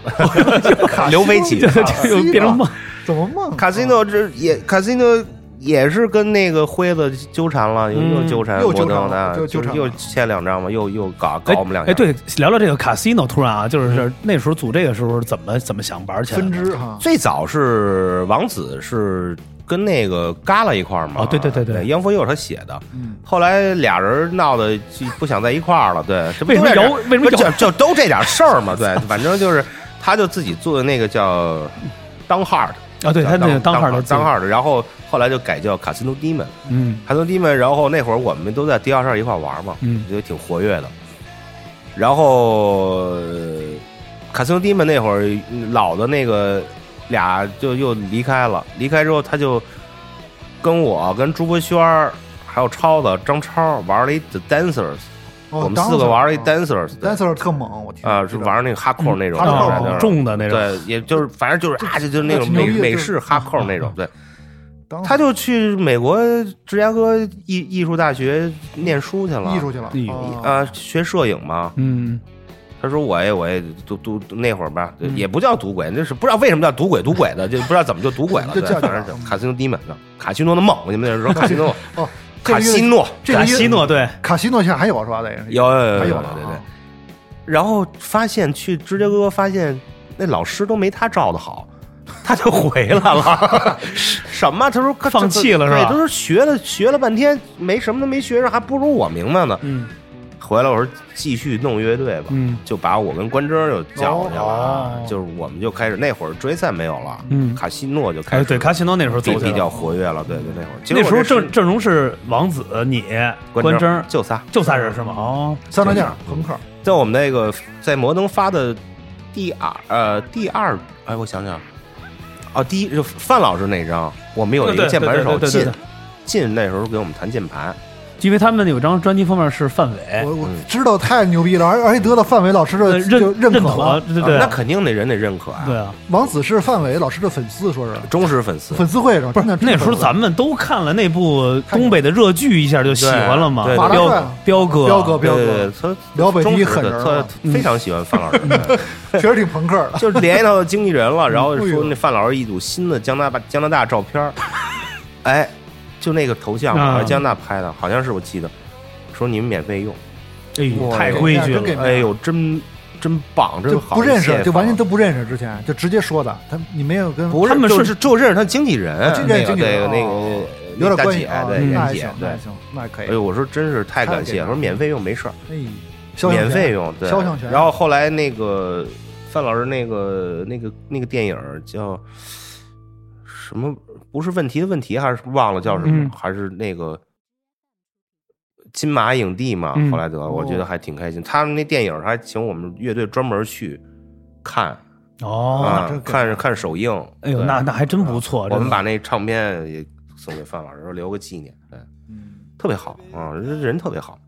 Speaker 4: 卡西
Speaker 3: 刘飞起
Speaker 4: 诺
Speaker 3: 这
Speaker 4: 卡西
Speaker 5: 就变成
Speaker 4: 诺
Speaker 5: 梦，
Speaker 4: 怎么梦？啊
Speaker 3: 卡西诺这也卡西诺也是跟那个辉子纠缠了，又
Speaker 5: 嗯
Speaker 3: 又纠缠
Speaker 4: 又
Speaker 3: 摩
Speaker 4: 纠缠
Speaker 3: 登
Speaker 4: 了
Speaker 3: 的，
Speaker 4: 又纠
Speaker 3: 就
Speaker 4: 缠
Speaker 3: 是
Speaker 4: 了
Speaker 3: 又欠两张嘛，又又搞搞
Speaker 5: 哎
Speaker 3: 我们两下。嗯
Speaker 5: 哎，，对，聊聊这个 casino，突然啊，就是那时候组这个时候怎么怎么想玩起来的
Speaker 4: 分支哈，
Speaker 3: 最早是王子是跟那个嘎了一块儿嘛，
Speaker 5: 哦对对对对
Speaker 3: 杨佛佑他写的。
Speaker 4: 嗯，
Speaker 3: 后来俩人闹得就不想在一块儿了，对，这不
Speaker 5: 为什么
Speaker 3: 都这
Speaker 5: 摇为什么
Speaker 3: 不
Speaker 5: 摇
Speaker 3: 就就都这点事儿嘛，对，反正就是他就自己做的那个叫当 hard，
Speaker 5: 啊？对他那个
Speaker 3: 当
Speaker 5: 当号的
Speaker 3: hard 当 hard，然后后来就改叫卡西诺 demon，
Speaker 5: 嗯
Speaker 3: 韩东弟们，然后那会儿我们都在迪奥上一块玩嘛，
Speaker 5: 嗯
Speaker 3: 觉得挺活跃的。然后呃卡西诺弟们那会儿老的那个俩就又离开了，离开之后他就跟我、跟朱国轩儿还有超子、张超玩了一 The Dancers，、
Speaker 4: 哦
Speaker 3: 我们四个玩了一 Dancers，
Speaker 4: 单色特猛，我天
Speaker 3: 啊、是玩那个哈扣那种，
Speaker 4: 嗯
Speaker 3: 对
Speaker 4: 哈扣
Speaker 3: 就是
Speaker 5: 啊，重的那种，
Speaker 3: 对，也就是反正就是啊，就就那种
Speaker 4: 挺牛
Speaker 3: 美
Speaker 4: 逼的
Speaker 3: 美
Speaker 4: 就
Speaker 3: 式哈扣那种，对。他
Speaker 4: 他
Speaker 3: 就去美国芝加哥艺艺术大学念书去了，
Speaker 4: 艺术去了
Speaker 5: 艺术
Speaker 4: 哦
Speaker 3: 啊，学摄影嘛。
Speaker 5: 嗯，
Speaker 3: 他说我也我也赌赌那会儿吧，
Speaker 4: 嗯
Speaker 3: 也不叫赌鬼，那是不知道为什么叫赌鬼，赌鬼的就不知道怎么就赌鬼了，
Speaker 4: (laughs) 就
Speaker 3: 对
Speaker 4: 叫，
Speaker 3: 反正
Speaker 4: 这样
Speaker 3: 是卡西诺迪门的卡西诺的梦，你们
Speaker 4: (laughs)
Speaker 3: 那时候卡西诺
Speaker 4: 哦，这
Speaker 3: 卡
Speaker 4: 个乐
Speaker 3: 西诺
Speaker 4: 这个
Speaker 5: 卡
Speaker 4: 乐
Speaker 5: 西诺对，
Speaker 4: 卡西诺现在还有是吧？得
Speaker 3: 有有有
Speaker 4: 哎还有
Speaker 3: 有
Speaker 4: 呢
Speaker 3: 对对
Speaker 4: 啊。
Speaker 3: 然后发现去芝加哥，发现那老师都没他照的好， (laughs) 他就回来了。 (laughs) 什
Speaker 4: (laughs)
Speaker 3: 么？他说可
Speaker 5: 放弃了是吧
Speaker 3: 对，他说学了学了半天，没什么都没学上，还不如我明白呢。
Speaker 5: 嗯，
Speaker 3: 回来我说继续弄乐队吧，
Speaker 5: 嗯
Speaker 3: 就把我跟关征又叫过去了，
Speaker 5: 哦
Speaker 3: 就是我们就开始那会儿追赛没有了，
Speaker 5: 嗯
Speaker 3: 卡西诺就开
Speaker 5: 哎，
Speaker 3: 始
Speaker 5: 对，卡西诺那时候
Speaker 3: 比
Speaker 5: 走起
Speaker 3: 比
Speaker 5: 来
Speaker 3: 较
Speaker 5: 了，
Speaker 3: 活跃了，对对，那会儿其实
Speaker 5: 那时候
Speaker 3: 我这
Speaker 5: 郑郑荣是王子，你
Speaker 3: 关
Speaker 5: 关
Speaker 3: 征
Speaker 5: 征
Speaker 3: 就仨，
Speaker 5: 就仨人是吗？哦，
Speaker 4: 三大件儿朋克，
Speaker 3: 在我们那个在摩登发的第二呃第二，哎，我想想，哦，第一就范老师那张，我们有一
Speaker 5: 对
Speaker 3: 个
Speaker 5: 对
Speaker 3: 键盘手
Speaker 5: 对对对对
Speaker 3: 进
Speaker 5: 对
Speaker 3: 进那时候给我们弹键盘，
Speaker 5: 因为他们有张专辑封面是范伟，
Speaker 4: 我我
Speaker 3: 嗯
Speaker 4: 知道太牛逼了，而而且得到范伟老师
Speaker 5: 呃
Speaker 4: 的就
Speaker 5: 认
Speaker 4: 认可
Speaker 5: 可，
Speaker 4: 了。
Speaker 5: 对对
Speaker 3: 啊
Speaker 5: 对
Speaker 3: 那肯定那人得认可啊，
Speaker 5: 对啊。
Speaker 4: 王子是范伟老师的粉丝，说是
Speaker 3: 忠实粉丝，
Speaker 4: 粉丝会上，不是
Speaker 5: 那时候咱们都看了那部东北的热剧，一下就喜欢了嘛。
Speaker 3: 对
Speaker 4: 马大帅
Speaker 5: 彪
Speaker 4: 啊
Speaker 5: 彪哥，
Speaker 4: 彪哥，彪
Speaker 3: 对对
Speaker 4: 哥
Speaker 3: 对，他
Speaker 4: 辽北第
Speaker 3: 忠
Speaker 4: 一
Speaker 3: 实
Speaker 4: 狠人
Speaker 3: 的，他
Speaker 4: 啊，
Speaker 5: 嗯
Speaker 3: 他非常喜欢范老师。对
Speaker 4: 确实挺朋克的。
Speaker 3: (laughs) 就是联系到经纪人了，然后
Speaker 4: 哎呦
Speaker 3: 说那范老师一组新的加拿大加拿大照
Speaker 4: (laughs)
Speaker 3: 片儿，哎，就那个头像嘛，
Speaker 5: 啊
Speaker 3: 好像加拿大拍的，好像是我记得，说你们免费用，
Speaker 5: 哎呦，
Speaker 3: 哇
Speaker 5: 太
Speaker 3: 这
Speaker 5: 规
Speaker 4: 样
Speaker 5: 矩
Speaker 4: 真给
Speaker 5: 了。
Speaker 4: 面子
Speaker 3: 哎呦，真真棒，真
Speaker 4: 就
Speaker 3: 好，
Speaker 4: 不认识
Speaker 3: 谢谢，
Speaker 4: 就完全
Speaker 3: 范
Speaker 4: 都不认识。之前就直接说的，他你没有跟
Speaker 3: 老师不
Speaker 5: 他
Speaker 3: 认，
Speaker 5: 们
Speaker 3: 就是是就认识他经纪人，
Speaker 4: 啊经纪人
Speaker 3: 那
Speaker 4: 经
Speaker 3: 个
Speaker 4: 纪人
Speaker 3: 那个
Speaker 4: 哦有
Speaker 3: 那
Speaker 4: 点
Speaker 3: 个大
Speaker 4: 关系
Speaker 3: 姐，
Speaker 4: 啊，
Speaker 3: 对
Speaker 4: 那还
Speaker 3: 袁
Speaker 4: 行
Speaker 3: 姐，，
Speaker 4: 那
Speaker 3: 对
Speaker 4: 还，行，那还可以。
Speaker 3: 哎呦，我说真是太感
Speaker 4: 太
Speaker 3: 谢，
Speaker 4: 感谢
Speaker 3: 说免费用没事儿，
Speaker 4: 哎，肖像
Speaker 3: 免
Speaker 4: 权
Speaker 3: 费用，对
Speaker 4: 肖像权。
Speaker 3: 然后后来那个范老师那个那个那个电影儿叫什么？不是问题的问题，还是忘了叫什么？
Speaker 5: 嗯
Speaker 3: 还是那个金马影帝嘛？
Speaker 5: 嗯
Speaker 3: 后来得，我觉得还挺开心。他们那电影儿还请我们乐队专门去看
Speaker 5: 哦，
Speaker 3: 啊
Speaker 4: 真，可以
Speaker 3: 看看首映。
Speaker 5: 哎呦，
Speaker 3: 对
Speaker 5: 那那还真不错。
Speaker 3: 我
Speaker 5: 真
Speaker 3: 们
Speaker 5: 的
Speaker 3: 把那唱片也送给范老师，留个纪念。对。
Speaker 4: 嗯
Speaker 3: 特别好啊，人人特别好。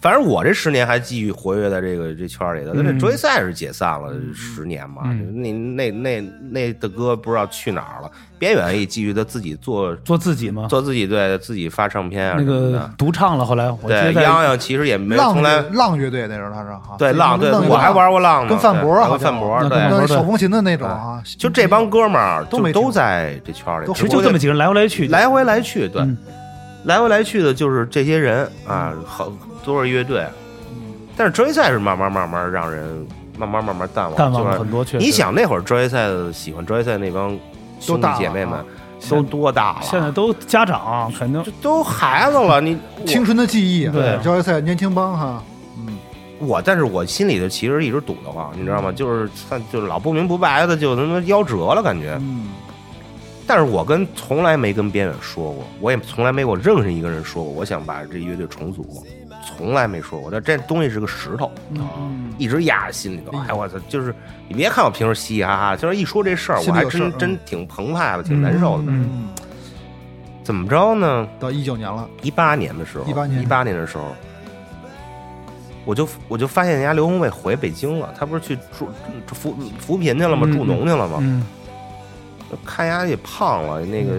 Speaker 3: 反正我这十年还继续活跃在这个这圈里的，
Speaker 5: 嗯
Speaker 3: 但这追赛是解散了十年嘛，
Speaker 5: 嗯
Speaker 3: 那那那那的哥不知道去哪儿了，边缘也继续他自己做
Speaker 5: 做自己嘛，
Speaker 3: 做自己对自己发唱片啊
Speaker 5: 那
Speaker 3: 什么的
Speaker 5: 个。独唱了。后来我
Speaker 3: 对
Speaker 5: 接，
Speaker 3: 洋
Speaker 5: 在
Speaker 3: 洋其实也没
Speaker 4: 浪
Speaker 3: 从来
Speaker 4: 乐浪乐队那时候他是哈，
Speaker 3: 对浪，对
Speaker 4: 弄一个
Speaker 3: 我还玩过浪呢，
Speaker 4: 跟范博
Speaker 3: 对
Speaker 4: 好像
Speaker 3: 还跟范博
Speaker 5: 那
Speaker 3: 对
Speaker 5: 跟。
Speaker 4: 那手风琴的那种啊，
Speaker 3: 就这帮哥们儿
Speaker 4: 都
Speaker 3: 就
Speaker 4: 没
Speaker 3: 都
Speaker 4: 听
Speaker 3: 在这圈里，
Speaker 4: 都
Speaker 5: 其实
Speaker 3: 只不
Speaker 5: 就
Speaker 3: 过
Speaker 5: 这么几个人来回来去，
Speaker 3: 来回来去，对，
Speaker 5: 嗯
Speaker 3: 来回来去的就是这些人啊，好多少乐队，啊但是专业赛是慢慢慢慢让人慢慢慢慢淡忘，
Speaker 5: 淡忘了
Speaker 3: 就
Speaker 5: 很
Speaker 3: 是
Speaker 5: 多。确实，
Speaker 3: 你想那会儿专业赛的喜欢专业赛那帮兄弟姐妹们都多大了，
Speaker 5: 现在都家长肯定
Speaker 3: 这都孩子了，你我
Speaker 4: 青春的记忆，
Speaker 5: 对啊
Speaker 4: 交谊赛年轻帮哈，
Speaker 3: 我，但是我心里头其实一直堵得慌，你知道
Speaker 4: 嗯
Speaker 3: 吗？就是但就是老不明不白的就他妈夭折了感觉，
Speaker 4: 嗯，
Speaker 3: 但是我跟从来没跟边远说过，我也从来没有任何一个人说过我想把这乐队重组，从来没说过。但这东西是个石头，一直压着心里头。哎，我操！就是你别看我平时嘻嘻哈哈，就是一说这事儿，我
Speaker 4: 心里
Speaker 3: 还
Speaker 4: 有事儿
Speaker 3: 真真挺澎湃的，挺难受的。
Speaker 5: 嗯
Speaker 4: 嗯，
Speaker 3: 怎么着呢？
Speaker 4: 到一九年了，
Speaker 3: 一八年的时候，
Speaker 4: 18年
Speaker 3: 一八年的时候，我就我就发现人家刘宏伟回北京了，他不是去住扶扶贫去了吗？
Speaker 5: 嗯
Speaker 3: 助农去了吗？
Speaker 5: 嗯，
Speaker 3: 看人家也胖了，那个、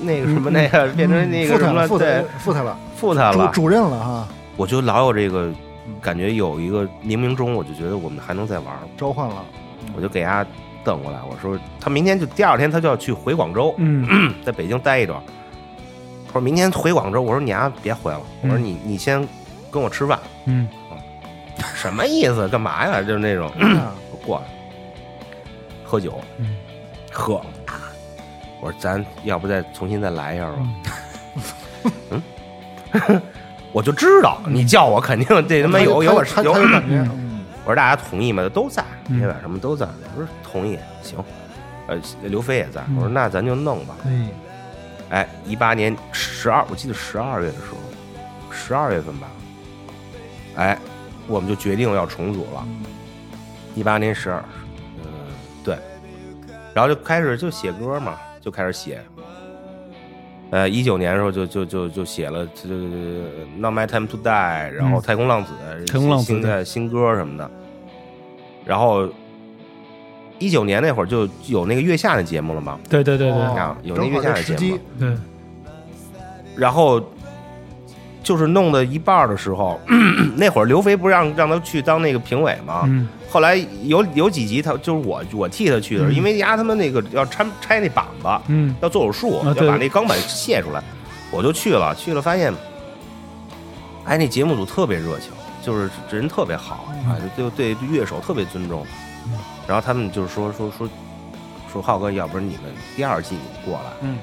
Speaker 3: 那个什么那个、变成那个
Speaker 4: 富态
Speaker 3: 什么
Speaker 4: 了，
Speaker 3: 了，
Speaker 4: 富态
Speaker 3: 对
Speaker 4: 了，富态了，
Speaker 3: 富他
Speaker 4: 主
Speaker 3: 了，
Speaker 4: 主任了哈，
Speaker 3: 我就老有这个感觉，有一个冥冥中我就觉得我们还能再玩儿，
Speaker 4: 召唤了，
Speaker 3: 我就给他瞪过来，我说他明天就第二天他就要去回广州，
Speaker 5: 嗯，
Speaker 3: 在北京待一段儿。他说明天回广州，我说你丫、别回了，我说你你先跟我吃饭，
Speaker 5: 嗯，
Speaker 3: 什么意思？干嘛呀？就是那种。
Speaker 4: 嗯
Speaker 3: 我过来喝酒，
Speaker 5: 嗯
Speaker 3: 喝。我说咱要不再重新再来一下吧？ (laughs) 嗯， (laughs) 我就知道你叫我肯定这他妈有有我
Speaker 4: 他
Speaker 3: 有嗯
Speaker 4: 他他
Speaker 3: 我
Speaker 4: 有感觉，嗯
Speaker 3: 我说大家同意吗？都在，
Speaker 5: 嗯
Speaker 3: 别晚什么都在。我说同意，行。呃，刘飞也在。
Speaker 5: 嗯
Speaker 3: 我说那咱就弄吧。
Speaker 4: 哎，
Speaker 3: 哎，一八年十二，我记得十二月的时候，十二月份吧，哎，我们就决定要重组了。一八年十二，嗯，对，然后就开始就写歌嘛，就开始写。呃，一九年的时候就就就就写了这《Not My Time to Die》，然后
Speaker 5: 嗯
Speaker 3: 《太空浪子》
Speaker 5: 太空浪子
Speaker 3: 新
Speaker 5: 对
Speaker 3: 的新歌什么的。然后一九年那会儿就有那个月下的节目了嘛，
Speaker 5: 对对对对
Speaker 4: 哦
Speaker 3: 啊有那
Speaker 4: 正好
Speaker 3: 月下
Speaker 4: 这
Speaker 3: 的
Speaker 4: 时
Speaker 3: 节
Speaker 4: 机
Speaker 3: 目，
Speaker 5: 对，
Speaker 3: 然后就是弄到一半儿的时候， (clears throat) 那会儿刘飞不让让他去当那个评委嘛，
Speaker 5: 嗯
Speaker 3: 后来有有几集他就是我我替他去的，
Speaker 5: 嗯
Speaker 3: 因为丫他们那个要拆拆那板子，
Speaker 5: 嗯，
Speaker 3: 要做手术，
Speaker 5: 啊对
Speaker 3: 要把那钢板卸出来，我就去了，去了发现，哎，那节目组特别热情，就是人特别好
Speaker 5: 嗯
Speaker 3: 啊，就对对乐手特别尊重。然后他们就是说说说说浩哥，要不然你们第二季你们过来，
Speaker 5: 嗯，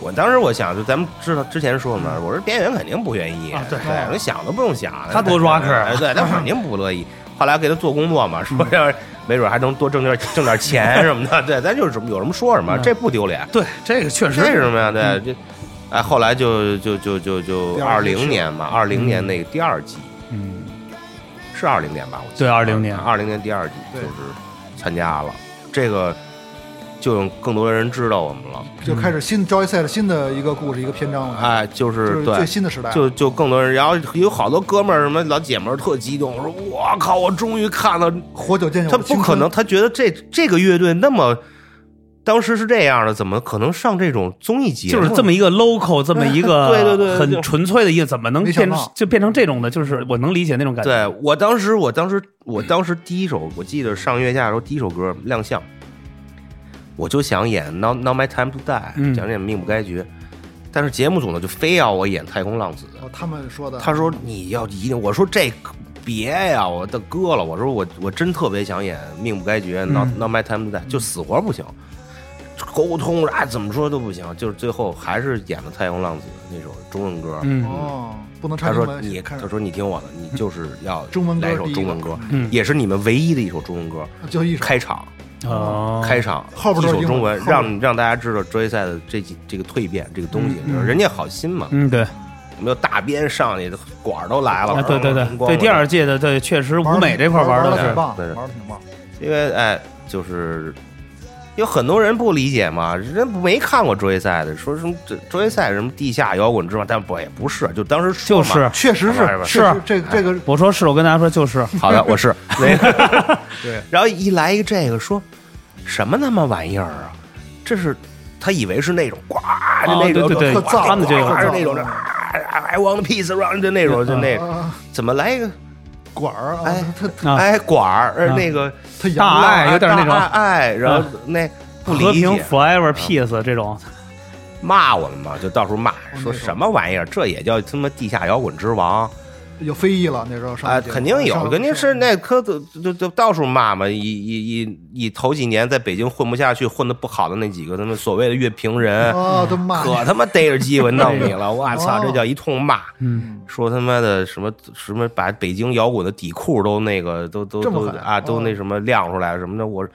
Speaker 3: 我当时我想，就咱们知道之前说嘛，我说边缘肯定不愿意，
Speaker 5: 啊对
Speaker 3: 我想都不用想，
Speaker 5: 他多 rocker 啊嗯
Speaker 3: 哎对，他肯定不乐意。后来给他做工作嘛，说要是没准还能多挣点挣点钱什么的，对，咱就是有什么说什么，
Speaker 5: 嗯
Speaker 3: 这不丢脸，
Speaker 5: 对，这个确实
Speaker 3: 这是什么呀？对，这哎，后来就就就就就
Speaker 4: 嗯第
Speaker 3: 二
Speaker 4: 二季是
Speaker 3: 零年吧，二零年那个第二季
Speaker 5: 嗯，
Speaker 3: 是二零年吧？我记
Speaker 5: 对，二零年，
Speaker 3: 二零年第二季就
Speaker 4: 对
Speaker 3: 是参加了，这个就有更多人知道我们了，
Speaker 4: 就开始新 Joy 赛的新的一个故事一个篇章了，，
Speaker 3: 哎，就
Speaker 4: 就是是
Speaker 3: 对
Speaker 4: 最。新的时代，
Speaker 3: 就就更多人，然后有好多哥们儿什么老姐们儿特激动，说：“我靠，我终于看到
Speaker 4: 活久见有
Speaker 3: 他
Speaker 4: 的
Speaker 3: 不
Speaker 4: 哎青春
Speaker 3: 可能，，他觉得这这个乐队那么当时是这样的，怎么可能上这种综艺节
Speaker 5: 就
Speaker 3: 目？
Speaker 5: 是这么一个 local，这么一个
Speaker 3: 对对对对
Speaker 5: 很纯粹的一个，怎么能
Speaker 4: 没
Speaker 5: 变
Speaker 4: 想到
Speaker 5: 就变成这种的？就是我能理解那种感觉。
Speaker 3: 对我当时，我当时，我当时第一首，我记得上月下的时候第一首歌亮相，我就想演《Now Now My Time to Die》，
Speaker 5: 嗯
Speaker 3: 想演《命不该绝》，但是节目组呢就非要我演太空浪子，
Speaker 4: 哦他们说的，
Speaker 3: 他说你要一定，我说这可别呀，我的哥了，我说我我真特别想演《命不该绝》，Not
Speaker 5: 嗯
Speaker 3: Not My Time to Die，就死活不行，沟通啊怎么说都不行，就是最后还是演了《太空浪子》那首中文歌，
Speaker 5: 嗯
Speaker 4: 哦，不能
Speaker 3: 他
Speaker 4: 唱英
Speaker 3: 说
Speaker 4: 文，
Speaker 3: 你，
Speaker 4: 看
Speaker 3: 他说你听我的，你就是要
Speaker 4: 中文歌
Speaker 3: 来一首
Speaker 4: 第一
Speaker 3: 中
Speaker 4: 个
Speaker 3: 文歌，
Speaker 5: 嗯
Speaker 3: 也是你们唯一的一首中文歌。
Speaker 4: 就一首
Speaker 3: 开场，
Speaker 5: 哦，
Speaker 3: 开场，
Speaker 4: 后边
Speaker 3: 一
Speaker 4: 都是
Speaker 3: 首
Speaker 4: 英文
Speaker 3: 中文，
Speaker 4: 后边
Speaker 3: 让让大家知道追赛的这几这个蜕变这个东西，
Speaker 5: 嗯嗯
Speaker 3: 人家好心嘛，
Speaker 5: 嗯，对，
Speaker 3: 我们就大鞭上去，管儿都来了
Speaker 5: 啊，。对对
Speaker 3: 咣
Speaker 5: 对
Speaker 3: 咣咣
Speaker 5: 对，第二届的对，确实舞美这块玩
Speaker 4: 的
Speaker 5: 的
Speaker 4: 挺棒，
Speaker 3: 对对
Speaker 4: 玩的挺棒，
Speaker 3: 因为哎，就是有很多人不理解嘛，人没看过追赛的，说什么这追赛什么地下摇滚之王，但不也不是，就当时说
Speaker 5: 就
Speaker 3: 嘛
Speaker 5: 啊是。
Speaker 4: 确实
Speaker 3: 玩儿
Speaker 4: 是确实
Speaker 3: 吧
Speaker 5: 是
Speaker 4: 这个这个
Speaker 5: 我说是，我跟大家说就是，
Speaker 3: (laughs) 好的，我是那个，
Speaker 4: 对，
Speaker 3: 然后一来一个这个说什么他妈玩意儿啊，这是他以为是那种呱，就那种
Speaker 5: 哦对对对
Speaker 3: 呱
Speaker 5: 他们这个
Speaker 3: 呱是那种
Speaker 4: 特啊
Speaker 3: 的
Speaker 4: 燥
Speaker 3: 啊，I want peace around 就那种就那种，
Speaker 4: 啊
Speaker 3: 怎么来一个
Speaker 4: 管儿啊，
Speaker 3: 哎
Speaker 4: 他
Speaker 5: 嗯啊
Speaker 3: 哎管儿呃
Speaker 5: 啊
Speaker 3: 那个
Speaker 4: 他
Speaker 5: 大
Speaker 4: 洋
Speaker 5: 爱有点那种
Speaker 3: 大爱，然后
Speaker 5: 啊
Speaker 3: 那不
Speaker 5: 和
Speaker 3: 理
Speaker 5: 平
Speaker 3: 解
Speaker 5: forever peace 这种，
Speaker 3: 骂我们嘛，就到处骂
Speaker 4: 那
Speaker 5: 哦
Speaker 3: 说
Speaker 4: 种
Speaker 3: 什么玩意儿，这也叫他妈地下摇滚之王。
Speaker 4: 有非议了那时候上
Speaker 3: 啊，
Speaker 4: 节目
Speaker 3: 肯定有，
Speaker 4: 上
Speaker 3: 肯定是
Speaker 4: 上
Speaker 3: 那科就就就到处骂嘛，一一一一头几年在北京混不下去、混的不好的那几个他们所谓的乐评人，
Speaker 4: 哦，都骂
Speaker 3: 可他妈逮着机会弄你了，我操，
Speaker 4: 哦
Speaker 3: 这叫一通骂，
Speaker 5: 嗯，
Speaker 3: 说他妈的什么什么把北京摇滚的底裤都那个都都
Speaker 4: 这么
Speaker 3: 都
Speaker 4: 狠
Speaker 3: 啊都
Speaker 4: 哦
Speaker 3: 那什么亮出来什么的，我。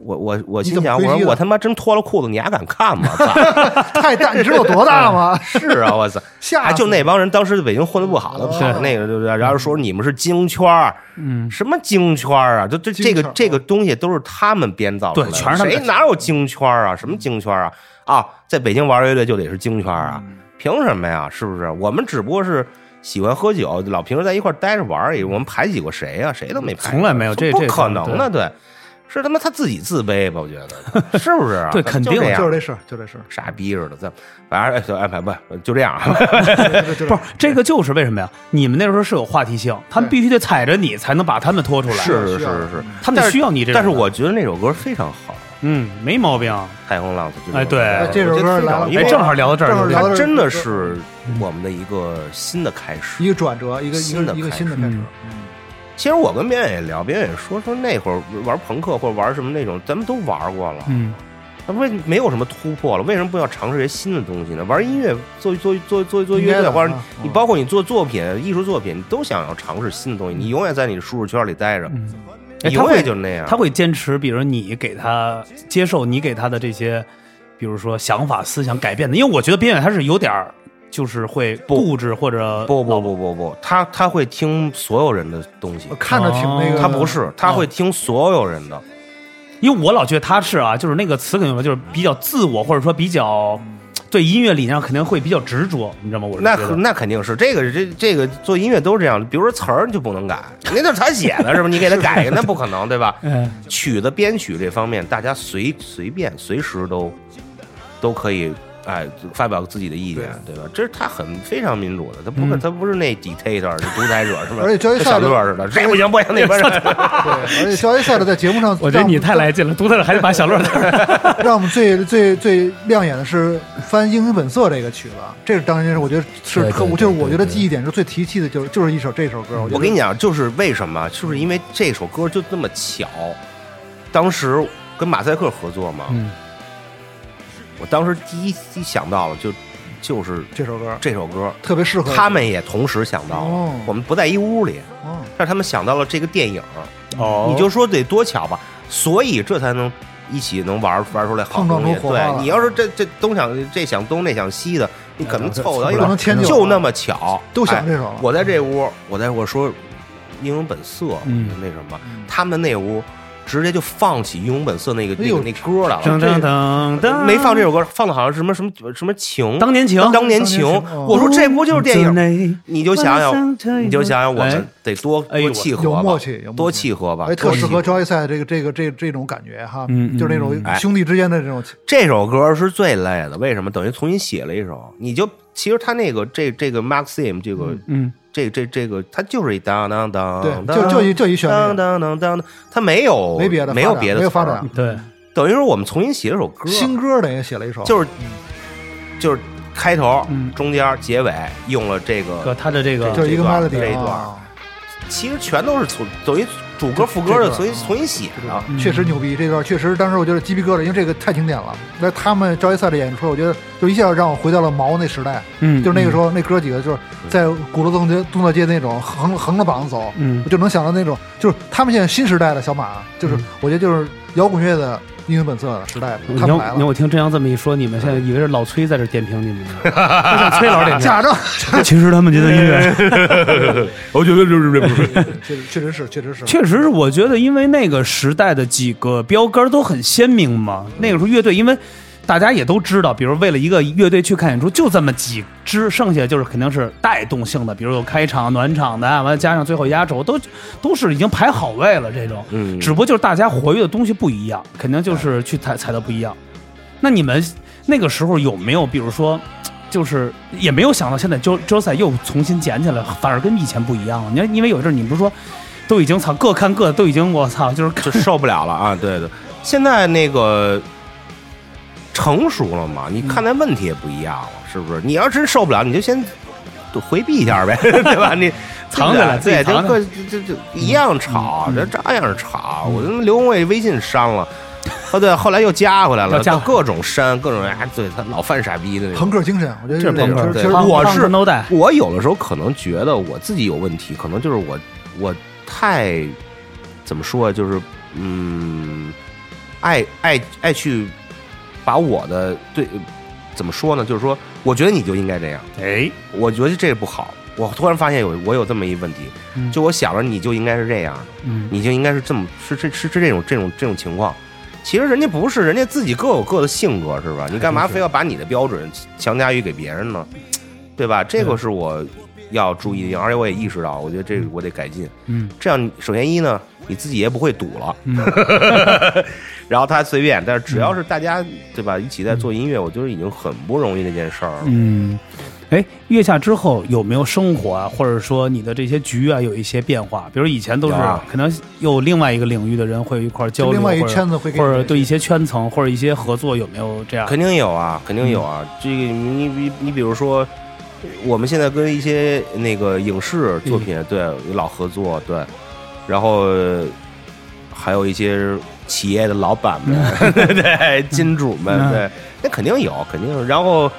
Speaker 3: 我我我
Speaker 4: 你
Speaker 3: 心
Speaker 4: 怎么
Speaker 3: 想，
Speaker 4: 回
Speaker 3: 我
Speaker 4: 击
Speaker 3: 说我
Speaker 4: 的
Speaker 3: 他妈真脱了裤子，你还敢看吗？操
Speaker 4: (laughs) 太大，你知道有多大
Speaker 3: (laughs)
Speaker 4: 吗？
Speaker 3: 是啊，我操！
Speaker 4: 吓
Speaker 3: 哎，
Speaker 4: 死
Speaker 3: 就那帮人当时北京混的不好的，
Speaker 4: 哦
Speaker 3: 怕那个对不对？然后说你们是京圈儿，
Speaker 5: 嗯，
Speaker 3: 什么京圈儿啊？这这这
Speaker 4: 京
Speaker 3: 个
Speaker 4: 圈儿哦
Speaker 3: 这个东西都是他们编造出来的，
Speaker 5: 对全是他们
Speaker 3: 谁哪有京圈儿啊？什么京圈儿啊？啊，在北京玩乐队就得是京圈儿
Speaker 5: 嗯
Speaker 3: 啊？凭什么呀？是不是？我们只不过是喜欢喝酒，老平时在一块儿待着玩而已。我们排挤过谁呀、谁都没排挤过，
Speaker 5: 从来没有这
Speaker 3: 不
Speaker 5: 这
Speaker 3: 可能的，对。是他妈他自己自卑吧？我觉得是不是
Speaker 5: (laughs)
Speaker 3: 啊？
Speaker 5: 对
Speaker 3: 他
Speaker 5: 肯
Speaker 3: 就
Speaker 5: 定
Speaker 3: 这
Speaker 5: 的
Speaker 4: 嗯
Speaker 3: 样
Speaker 4: 就是这事儿，就这事儿，
Speaker 3: (laughs) 傻逼似的，咱反正哎就安排吧，就这
Speaker 5: (laughs)
Speaker 3: 样啊。
Speaker 4: 就就
Speaker 5: 不是这个就是为什么呀？你们那时候是有话题性，他们必须得踩着你才能把他们拖出来，
Speaker 3: 是是
Speaker 4: 需要嗯
Speaker 3: 是是，
Speaker 5: 他们得需要你这种
Speaker 3: 但
Speaker 5: 人，
Speaker 3: 是我觉得那首歌非常好，
Speaker 5: 嗯没毛病，
Speaker 3: 《太空浪子》就
Speaker 5: 哎对
Speaker 4: 哎
Speaker 3: 这
Speaker 4: 这
Speaker 3: 首
Speaker 4: 首
Speaker 3: 歌
Speaker 4: 歌
Speaker 3: 我觉得非
Speaker 4: 来
Speaker 3: 常
Speaker 4: 了，
Speaker 3: 因为
Speaker 5: 哎正好聊到这儿
Speaker 4: 正好聊到这
Speaker 3: 它
Speaker 4: 儿
Speaker 3: 真的是我们的一个新的开
Speaker 4: 一
Speaker 3: 始。
Speaker 4: 个转折，一个一
Speaker 3: 新的
Speaker 4: 个一个
Speaker 3: 开
Speaker 4: 新的
Speaker 5: 始
Speaker 4: 开始
Speaker 5: 嗯，
Speaker 3: 其实我跟边远也聊，边远也说说那会儿玩朋克或者玩什么那种，咱们都玩过了，
Speaker 5: 嗯
Speaker 3: 那为没有什么突破了，为什么不要尝试一些新的东西呢？玩音乐，做做做做做乐
Speaker 4: 应该
Speaker 3: 队，
Speaker 4: 的
Speaker 3: 或者
Speaker 4: 啊
Speaker 3: 你
Speaker 4: 嗯
Speaker 3: 包括你做作品、艺术作品，你都想要尝试新的东西，你永远在你的舒适圈里待着，
Speaker 5: 嗯，哎
Speaker 3: 你
Speaker 5: 他
Speaker 3: 永
Speaker 5: 会
Speaker 3: 远就那样。
Speaker 5: 他会坚持，比如你给他接受你给他的这些，比如说想法、思想改变的，因为我觉得边远他是有点儿就是会固执或者
Speaker 3: 不不不不不，他他会听所有人的东西
Speaker 4: 我，看着挺那
Speaker 5: 哦
Speaker 4: 个，
Speaker 3: 他不是，他会听所有人的。
Speaker 5: 因为我老觉得他是啊，就是那个词可能就是比较自我，或者说比较对音乐理念上肯定会比较执着，你知道吗？我是
Speaker 3: 那
Speaker 5: 觉得
Speaker 3: 那肯定是这个这这个做音乐都是这样，比如说词儿你就不能改，那都是他写的，是吧？你给他改一个，那不可能，对吧？
Speaker 5: (laughs) 嗯
Speaker 3: 曲子编曲这方面，大家随随便随时都都可以哎发表自己的意见，对吧？这是他很非常民主的，他不是、
Speaker 5: 嗯，
Speaker 3: 他不是那 dictator 是独裁者是吧？
Speaker 4: 而且交易
Speaker 3: 跟
Speaker 4: 赛
Speaker 3: 小
Speaker 4: 的
Speaker 3: 乐似的，这不行不行那边是
Speaker 4: (laughs) 对，而且交易呃赛的在节目上
Speaker 5: 我觉得你
Speaker 4: 让
Speaker 5: 太来劲了，独特的还得把小乐带上
Speaker 4: (laughs) 让我们最最最亮眼的是翻《英雄本色》这个曲子，啊这是当年是我觉得是
Speaker 1: 对对
Speaker 4: 特，
Speaker 1: 对
Speaker 4: 我就是我觉得记忆点是最提气的，就是就是一首这首歌。我觉得
Speaker 3: 我跟你讲，就是为什么，就是因为这首歌就那
Speaker 4: 嗯
Speaker 3: 么巧，当时跟马赛克合作嘛，
Speaker 5: 嗯
Speaker 3: 我当时第一第一想到了就就是
Speaker 4: 这首歌
Speaker 3: 这首歌，
Speaker 4: 特别适合
Speaker 3: 他们也同时想到了，
Speaker 4: 哦
Speaker 3: 我们不在一屋里，
Speaker 4: 哦
Speaker 3: 但是他们想到了这个电影，
Speaker 5: 哦
Speaker 3: 你就说得多巧吧，所以这才能一起能玩玩出来好
Speaker 4: 碰撞
Speaker 3: 东西。
Speaker 4: 出火花
Speaker 3: 对
Speaker 4: 了
Speaker 3: 你要是这这东想这想东那想西的，你可能凑到一
Speaker 4: 哎不
Speaker 3: 块
Speaker 4: 能，迁就，
Speaker 3: 就那么巧，
Speaker 4: 都想
Speaker 3: 哎
Speaker 4: 这首了。
Speaker 3: 我在这屋，我在我说英雄本色，
Speaker 5: 嗯
Speaker 3: 那什么
Speaker 4: 嗯，
Speaker 3: 他们那屋直接就放起英雄本色那个
Speaker 4: 哎
Speaker 3: 那
Speaker 4: 呦
Speaker 3: 个那歌来
Speaker 5: 噔
Speaker 3: 了。
Speaker 5: 噔噔噔，
Speaker 3: 没放这首歌，放的好像什么什么什么情，
Speaker 5: 当年情，
Speaker 3: 当年情
Speaker 4: 当年情哦。
Speaker 3: 我说这不就是电影？
Speaker 5: 影？
Speaker 3: 你就想想，你就想想我们得多
Speaker 5: 哎呦
Speaker 3: 多契合
Speaker 4: 有
Speaker 3: 吧
Speaker 4: 默契，有默契
Speaker 3: 多契合吧
Speaker 4: 哎，，特
Speaker 3: 多
Speaker 4: 适
Speaker 3: 契
Speaker 4: 合
Speaker 3: 合
Speaker 4: 交易赛这个这个这这种感觉哈，
Speaker 5: 嗯
Speaker 4: (laughs)
Speaker 5: 嗯
Speaker 4: 就是那
Speaker 3: 嗯
Speaker 4: 种兄弟之间的这种
Speaker 3: 这首歌是最累的，为什么？等于重新写了一首，你就其实他那个这这个 Maxim 这个
Speaker 5: 嗯，
Speaker 3: 这这这个，它就是一当当当，
Speaker 4: 对，
Speaker 3: 当
Speaker 4: 就就一就一旋
Speaker 3: 当
Speaker 4: 律，
Speaker 3: 当当当当，它没有
Speaker 4: 没别的发展，
Speaker 3: 没有别的
Speaker 4: 没有发
Speaker 3: 词儿
Speaker 4: 展，
Speaker 5: 对，
Speaker 3: 等于说我们重新写了首歌，
Speaker 4: 新歌等于写了一首，
Speaker 3: 就是就是开头
Speaker 5: 嗯、
Speaker 3: 中间、结尾用了这
Speaker 5: 哥
Speaker 3: 个，
Speaker 5: 他的这个
Speaker 4: 就是一个
Speaker 3: 这一段
Speaker 4: melody
Speaker 3: 这一段
Speaker 4: 啊
Speaker 3: 其实全都是从等于主歌副歌
Speaker 4: 这
Speaker 3: 的
Speaker 4: 这段
Speaker 3: 重新
Speaker 4: 啊
Speaker 3: 重新写的。
Speaker 5: 嗯
Speaker 4: 确实牛逼，这段确实当时我觉得鸡皮疙瘩，因为这个太经典了。那他们交易赛的演出，我觉得就一下让我回到了毛那时代，
Speaker 5: 嗯，
Speaker 4: 就是那个时候那哥几个就是在鼓楼东街东大街那种横横着膀子走，
Speaker 5: 嗯，
Speaker 4: 我就能想到那种就是他们现在新时代的小马，就是我觉得就是摇滚乐的英雄本色的时代，
Speaker 5: 嗯嗯。你
Speaker 4: 他
Speaker 5: 看
Speaker 4: 们
Speaker 5: 我，
Speaker 4: 来
Speaker 5: 你看
Speaker 4: 了，
Speaker 5: 我听真阳这么一说，你们现在以为是老崔在这点评你们呢，
Speaker 3: (laughs)
Speaker 5: 我想崔老师点评。
Speaker 4: 啊假正，
Speaker 5: 其实他们觉得音 (laughs) 乐，
Speaker 3: 我觉得就是这不是
Speaker 4: (laughs) 确实确实是确实是，
Speaker 5: (laughs) 确实是，我觉得因为那个时代的几个标杆都很鲜明嘛。那个时候乐队，因为大家也都知道，比如为了一个乐队去看演出，就这么几支，剩下就是肯定是带动性的，比如有开场、暖场的，完了加上最后压轴，都都是已经排好位了这种。
Speaker 3: 嗯
Speaker 5: 只不过就是大家活跃的东西不一样，肯定就是去踩踩的不一样。那你们那个时候有没有，比如说，就是也没有想到现在周周赛又重新捡起来，反而跟以前不一样了？你看，因为有一阵儿你不是说都已经操各看各，都已经我操，就是看
Speaker 3: 就受不了了啊！对对，现在那个成熟了嘛，你看待问题也不一样了，是不是？你要真受不了，你就先回避一下呗， (laughs) 对吧？你
Speaker 5: 藏起来自己
Speaker 3: 对，就
Speaker 5: 藏起来
Speaker 3: 各就就一样吵，
Speaker 5: 嗯
Speaker 3: 这照样吵。我跟刘宏伟微信删了，哦对，后来又加回来
Speaker 5: 又
Speaker 3: 了，
Speaker 5: 加回来
Speaker 3: 各种删，各种哎，对他老犯傻逼的那种
Speaker 4: 朋。克精神，我觉得
Speaker 5: 这是朋克
Speaker 4: 其
Speaker 3: 对
Speaker 4: 实
Speaker 3: 朋克我是
Speaker 5: no 带，
Speaker 3: 我有的时候可能觉得我自己有问题，可能就是我我太怎么说啊，就是嗯，爱爱爱去把我的对怎么说呢？就是说，我觉得你就应该这样，
Speaker 5: 哎，
Speaker 3: 我觉得这不好。我突然发现有我有这么一问题，
Speaker 5: 嗯
Speaker 3: 就我想着你就应该是这样的，
Speaker 5: 嗯，
Speaker 3: 你就应该是这么是是是是这种这种这种情况。其实人家不是，人家自己各有各的性格，是吧？你干嘛非要把你的标准强加于给别人呢？对吧？这个是我要注意的，而且我也意识到，我觉得这个我得改进。
Speaker 5: 嗯，
Speaker 3: 这样首先一呢，你自己也不会赌了，
Speaker 5: 嗯
Speaker 3: 然后他随便，但是只要是大家对吧，一起在做音乐，我觉得已经很不容易这件事儿了。
Speaker 5: 嗯， (laughs) 哎，月下之后有没有生活啊，或者说你的这些局啊，有一些变化？比如以前都是
Speaker 3: 有啊
Speaker 5: 可能有另外一个领域的人会一块儿交
Speaker 4: 就
Speaker 5: 流，
Speaker 4: 另外一
Speaker 5: 或者
Speaker 4: 圈子会给
Speaker 5: 或者
Speaker 4: 你
Speaker 5: 对一些圈层或者一些合作有没有这样？
Speaker 3: 肯定有啊，肯定有
Speaker 5: 嗯
Speaker 3: 啊。这个你你你比如说，我们现在跟一些那个影视作品、
Speaker 5: 嗯
Speaker 3: 对老合作对，然后还有一些企业的老板们， (laughs) 对金主们、
Speaker 5: 嗯
Speaker 3: 对，那肯定有，肯定有。然后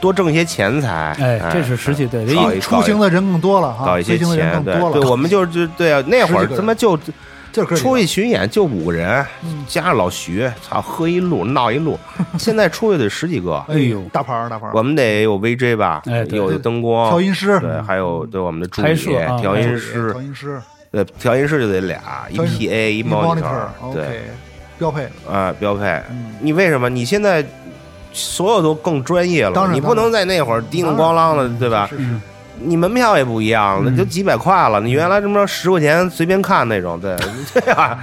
Speaker 3: 多挣一些钱财，
Speaker 5: 哎，这是实际对，人
Speaker 3: 搞
Speaker 5: 一
Speaker 3: 一
Speaker 4: 出行的人更多了
Speaker 3: 搞
Speaker 4: 哈，
Speaker 3: 一
Speaker 4: 随
Speaker 3: 些
Speaker 4: 行啊的人更
Speaker 3: 钱，对
Speaker 4: 多了，
Speaker 3: 对，我们就是就对啊，那会
Speaker 4: 十
Speaker 3: 儿
Speaker 4: 几个
Speaker 3: 他妈就
Speaker 4: 就是哥几个
Speaker 3: 出去巡演就五个人
Speaker 4: 嗯，
Speaker 3: 加上老徐，操，喝一路闹
Speaker 4: (laughs)
Speaker 3: 一路，现在出去得十几个。
Speaker 5: 哎呦
Speaker 4: 大牌儿大牌儿，
Speaker 3: 我们得有 VJ 吧，
Speaker 5: 哎对
Speaker 3: 有灯光，
Speaker 4: 调音嗯师，
Speaker 5: 啊
Speaker 3: 对，还有对我们的助
Speaker 5: 拍
Speaker 3: 理、
Speaker 5: 摄啊
Speaker 3: 调音
Speaker 4: 调
Speaker 3: 师，
Speaker 4: 音师，
Speaker 3: 对，调音师就得俩，一
Speaker 4: 调音
Speaker 3: PA 一 monitor，对，
Speaker 4: ，OK，标配，
Speaker 3: 啊，标配。
Speaker 4: 嗯，
Speaker 3: 你为什么你现在所有都更专业
Speaker 4: 当
Speaker 3: 了？
Speaker 4: 然嗯
Speaker 3: 你不能在那会儿叮叮咣啷的，对吧？
Speaker 4: 是是，
Speaker 3: 你门票也不一样了，
Speaker 5: 嗯
Speaker 3: 就几百块了。你原来什么十块钱随便看那
Speaker 4: (laughs)
Speaker 3: 种，对对啊。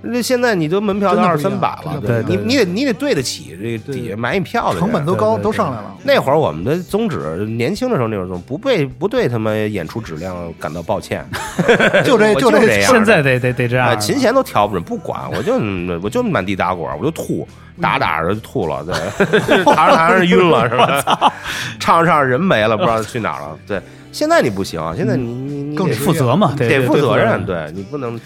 Speaker 3: 那现在你都门票都
Speaker 4: 真的
Speaker 3: 二
Speaker 4: 不一样
Speaker 3: 三百了，
Speaker 4: 真的
Speaker 5: 不一样
Speaker 3: 你你得你得对得起这个
Speaker 4: 对
Speaker 3: 底下买你票的人
Speaker 4: 成本都
Speaker 5: 对
Speaker 4: 高
Speaker 5: 对
Speaker 4: 都
Speaker 5: 对
Speaker 4: 上来了，
Speaker 3: 那会儿我们的宗旨，年轻的时候那种宗旨不被不对他们演出质量感到抱歉， (laughs)
Speaker 4: 就这
Speaker 3: 我
Speaker 4: 就
Speaker 3: 就
Speaker 4: 这
Speaker 3: 这样
Speaker 5: 现在得得得这
Speaker 3: 啊，
Speaker 5: 样，
Speaker 3: 琴弦都调不准，不管，我就嗯我就满地打滚，我就吐，打着打着就吐了，对，打着打着晕了是吧？唱着唱着人没了，不知道去哪儿了。对，现在你不行，啊现在你你你
Speaker 4: 更
Speaker 3: 得
Speaker 4: 是
Speaker 5: 负责嘛，
Speaker 3: 得
Speaker 5: 对
Speaker 3: 负责任，
Speaker 5: 对。
Speaker 3: 对你不能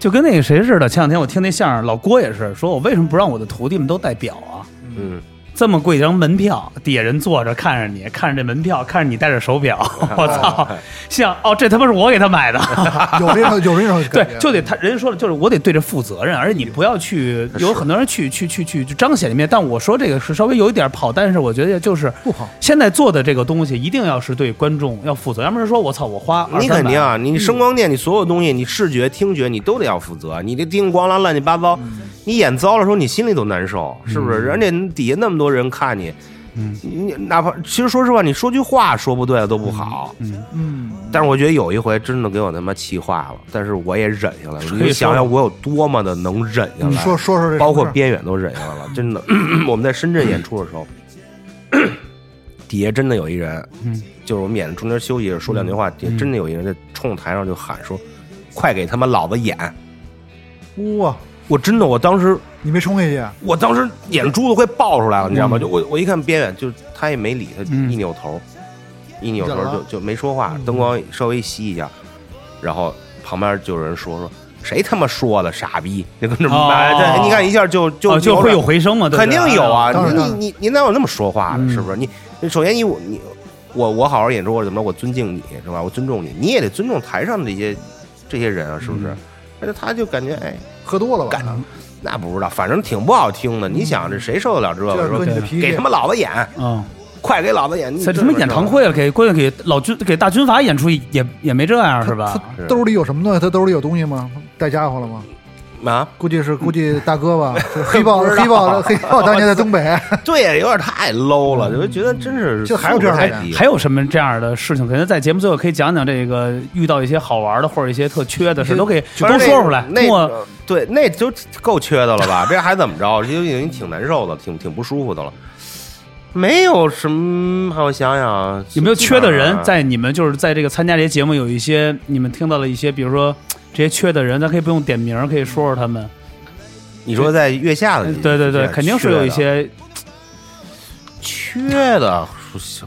Speaker 5: 就跟那个谁似的，前两天我听那相声，老郭也是说，我为什么不让我的徒弟们都戴表啊？
Speaker 3: 嗯
Speaker 5: 这么贵一张门票，底下人坐着看着你，看着这门票，看着你戴着手
Speaker 3: (laughs)
Speaker 5: 表，我操！像哦，这他妈是我给他买的，
Speaker 4: (laughs) 有这种有这
Speaker 3: (laughs)
Speaker 4: 种
Speaker 5: 对
Speaker 4: 感觉，
Speaker 5: 就得他人家说了，就是我得对这负责任，而且你不要去，有很多人去去去去去彰显里面，但我说这个是稍微有一点跑，但是我觉得就是
Speaker 4: 不好
Speaker 5: 现在做的这个东西一定要是对观众要负责，要不然说我操，我花
Speaker 3: 你
Speaker 5: 2300
Speaker 3: 肯定啊，你声光电，你所有东西，你视觉、听觉，你都得要负责。你这叮咣啷乱七八糟，你演糟了时候，你心里都难受，是不是？而且你底下那么多人看你，你哪怕其实说实话，你说句话说不对了都不好。
Speaker 4: 嗯，
Speaker 3: 但是我觉得有一回真的给我他妈气坏了，但是我也忍下来了。
Speaker 5: 以
Speaker 3: 你就想
Speaker 5: 说
Speaker 3: 想我有多么的能忍下
Speaker 4: 你
Speaker 3: 来，
Speaker 4: 说说说这，
Speaker 3: 包括边远都忍下来了。真的， (clears throat) 我们在深圳演出的时候， (clears throat) 底下真的有一人，
Speaker 4: 嗯
Speaker 3: 就是我们演出中间休息着说两句话，底下真的有一人在冲台上就喊说：“快给他妈老子演
Speaker 4: 哇，！”
Speaker 3: 我真的，我当时，
Speaker 4: 你没冲下去，
Speaker 3: 我当时眼珠子快爆出来了，你知
Speaker 5: 嗯
Speaker 3: 道吗？就我我一看边远，就是他也没理他，一扭头，一扭头
Speaker 4: 忍
Speaker 3: 就
Speaker 4: 了
Speaker 3: 就没说话，灯光稍微熄一下，然后旁边就有人说说。谁他妈说的傻逼？你跟这
Speaker 5: 哦
Speaker 3: 哎对，你看一下就就
Speaker 5: 哦就
Speaker 3: 扭
Speaker 5: 会
Speaker 3: 转
Speaker 5: 有回声嘛，对不
Speaker 3: 肯
Speaker 5: 对
Speaker 3: 定有，啊！
Speaker 4: 当然
Speaker 3: 你
Speaker 4: 当然
Speaker 3: 你您哪有那么说话的？
Speaker 5: 嗯
Speaker 3: 是不是？你你首先你我你我我好好演出或者怎么着，我尊敬你是吧？我尊重你，你也得尊重台上的这些这些人啊，是不
Speaker 5: 嗯
Speaker 3: 是？而且他就感觉哎，
Speaker 4: 喝多了吧？
Speaker 3: 那不知道，反正挺不好听的。你想这谁受得了这
Speaker 4: 这
Speaker 3: 个？
Speaker 4: 要
Speaker 3: 说
Speaker 4: 搁你的脾
Speaker 3: 给
Speaker 4: 气
Speaker 3: 他，妈老子演，
Speaker 5: 嗯，
Speaker 3: 快给老子演！你
Speaker 5: 在他们演堂会啊了，给关键给老军给大军阀演出也也没这样是吧？
Speaker 4: 他兜里有什么东西？他兜里有东西吗？带家伙了吗？
Speaker 3: 啊，
Speaker 4: 估计是估计大哥
Speaker 3: (laughs)
Speaker 4: 吧，就黑豹
Speaker 3: 不知道
Speaker 4: 黑豹
Speaker 3: (laughs)
Speaker 4: 黑豹当年在东北，
Speaker 3: 对，有点太 low 了，就觉得真是
Speaker 4: 就还有这样的
Speaker 3: 素质
Speaker 4: 人
Speaker 3: 太低。
Speaker 5: 还有什么这样的事情？可能在节目最后可以讲讲这个遇到一些好玩的或者一些特缺的事，都可以
Speaker 3: 反正
Speaker 5: 都说出来。
Speaker 3: 那
Speaker 5: 莫
Speaker 3: 那对，那就够缺的了吧？这 (laughs) 还怎么着？就已经挺难受的，挺挺不舒服的了。没有什么，我想想啊
Speaker 5: 有没有缺的人
Speaker 3: 基本上啊
Speaker 5: 在哎你们就是在这个参加这些节目有一些你们听到了一些，比如说这些缺的人，咱可以不用点名，可以说说他们。
Speaker 3: 你说在月下的，
Speaker 5: 呃对对对，肯定是有一些
Speaker 3: 缺的，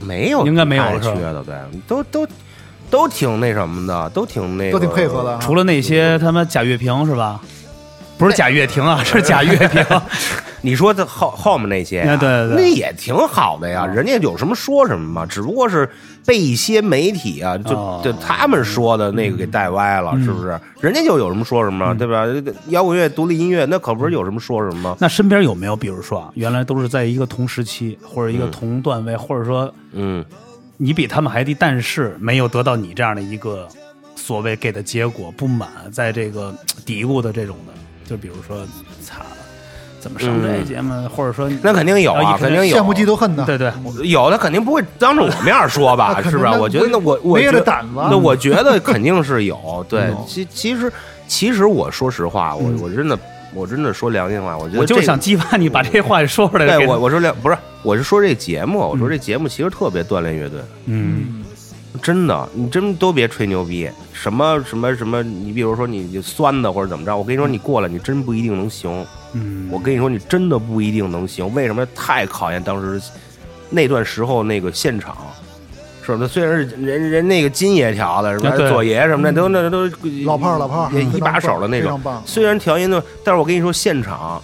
Speaker 3: 没有
Speaker 5: 应该没有
Speaker 3: 太
Speaker 5: 是
Speaker 3: 缺
Speaker 5: 吧
Speaker 3: 的，对，都都都挺那什么的，都挺那个，
Speaker 4: 都挺配合的啊。
Speaker 5: 除了那些他妈贾跃亭是吧？不是贾跃亭啊，是贾跃亭。
Speaker 3: 你说这后后面那些、啊，
Speaker 5: 哎对啊对对
Speaker 3: 那也挺好的呀，人家有什么说什么嘛，只不过是被一些媒体啊，就、
Speaker 5: 哦嗯
Speaker 3: 就他们说的那个给带歪了，是不是？人家就有什么说什么，对吧？这个摇滚乐、独立音乐，那可不是有什么说什么吗？
Speaker 5: 那身边有没有，比如说啊，原来都是在一个同时期或者一个同段位，或者说
Speaker 3: 嗯，
Speaker 5: 你比他们还低，但是没有得到你这样的一个所谓给的结果，不满，在这个呃嘖嘀咕的这种的，就比如说，操，怎么上这节目，或者说
Speaker 3: 那肯定有啊
Speaker 5: 然后一看
Speaker 3: 肯定有
Speaker 4: 羡慕嫉妒恨呢，
Speaker 5: 对对，
Speaker 3: 有的肯定不会当着我面儿说吧，
Speaker 4: (laughs) 那肯定
Speaker 3: 是不是？
Speaker 4: 那
Speaker 3: 我觉得那我我
Speaker 4: 没
Speaker 3: 觉
Speaker 4: 有
Speaker 3: 得
Speaker 4: 这胆子
Speaker 3: 那我觉得肯定是有。对，其其实其实我说实话，我我真的我真的说良心话，我觉得
Speaker 5: 我就
Speaker 3: 这个
Speaker 5: 是想激发你把这话说
Speaker 3: (laughs)
Speaker 5: 出来。
Speaker 3: 对
Speaker 5: 给
Speaker 3: 我，我说两不是，我是说这节目，我说这节目其实特别锻炼乐队，
Speaker 5: (laughs) 嗯，
Speaker 4: 嗯，
Speaker 3: 真的，你真都别吹牛逼，什么什么什么，你比如说你你酸的或者怎么着，我跟你说你过来，你真不一定能行，
Speaker 5: 嗯，
Speaker 3: 我跟你说你真的不一定能行，为什么？太考验当时那段时候那个现场。是吧？虽然是人人那个金爷调的，什
Speaker 5: 啊
Speaker 3: 么
Speaker 5: 对
Speaker 3: 左爷什么的，都那都
Speaker 4: 老炮儿老炮儿，
Speaker 3: 也
Speaker 4: 非常
Speaker 3: 一把手的那
Speaker 4: 非
Speaker 3: 种
Speaker 4: 常。棒，
Speaker 3: 虽然调音的，但是我跟你说，现场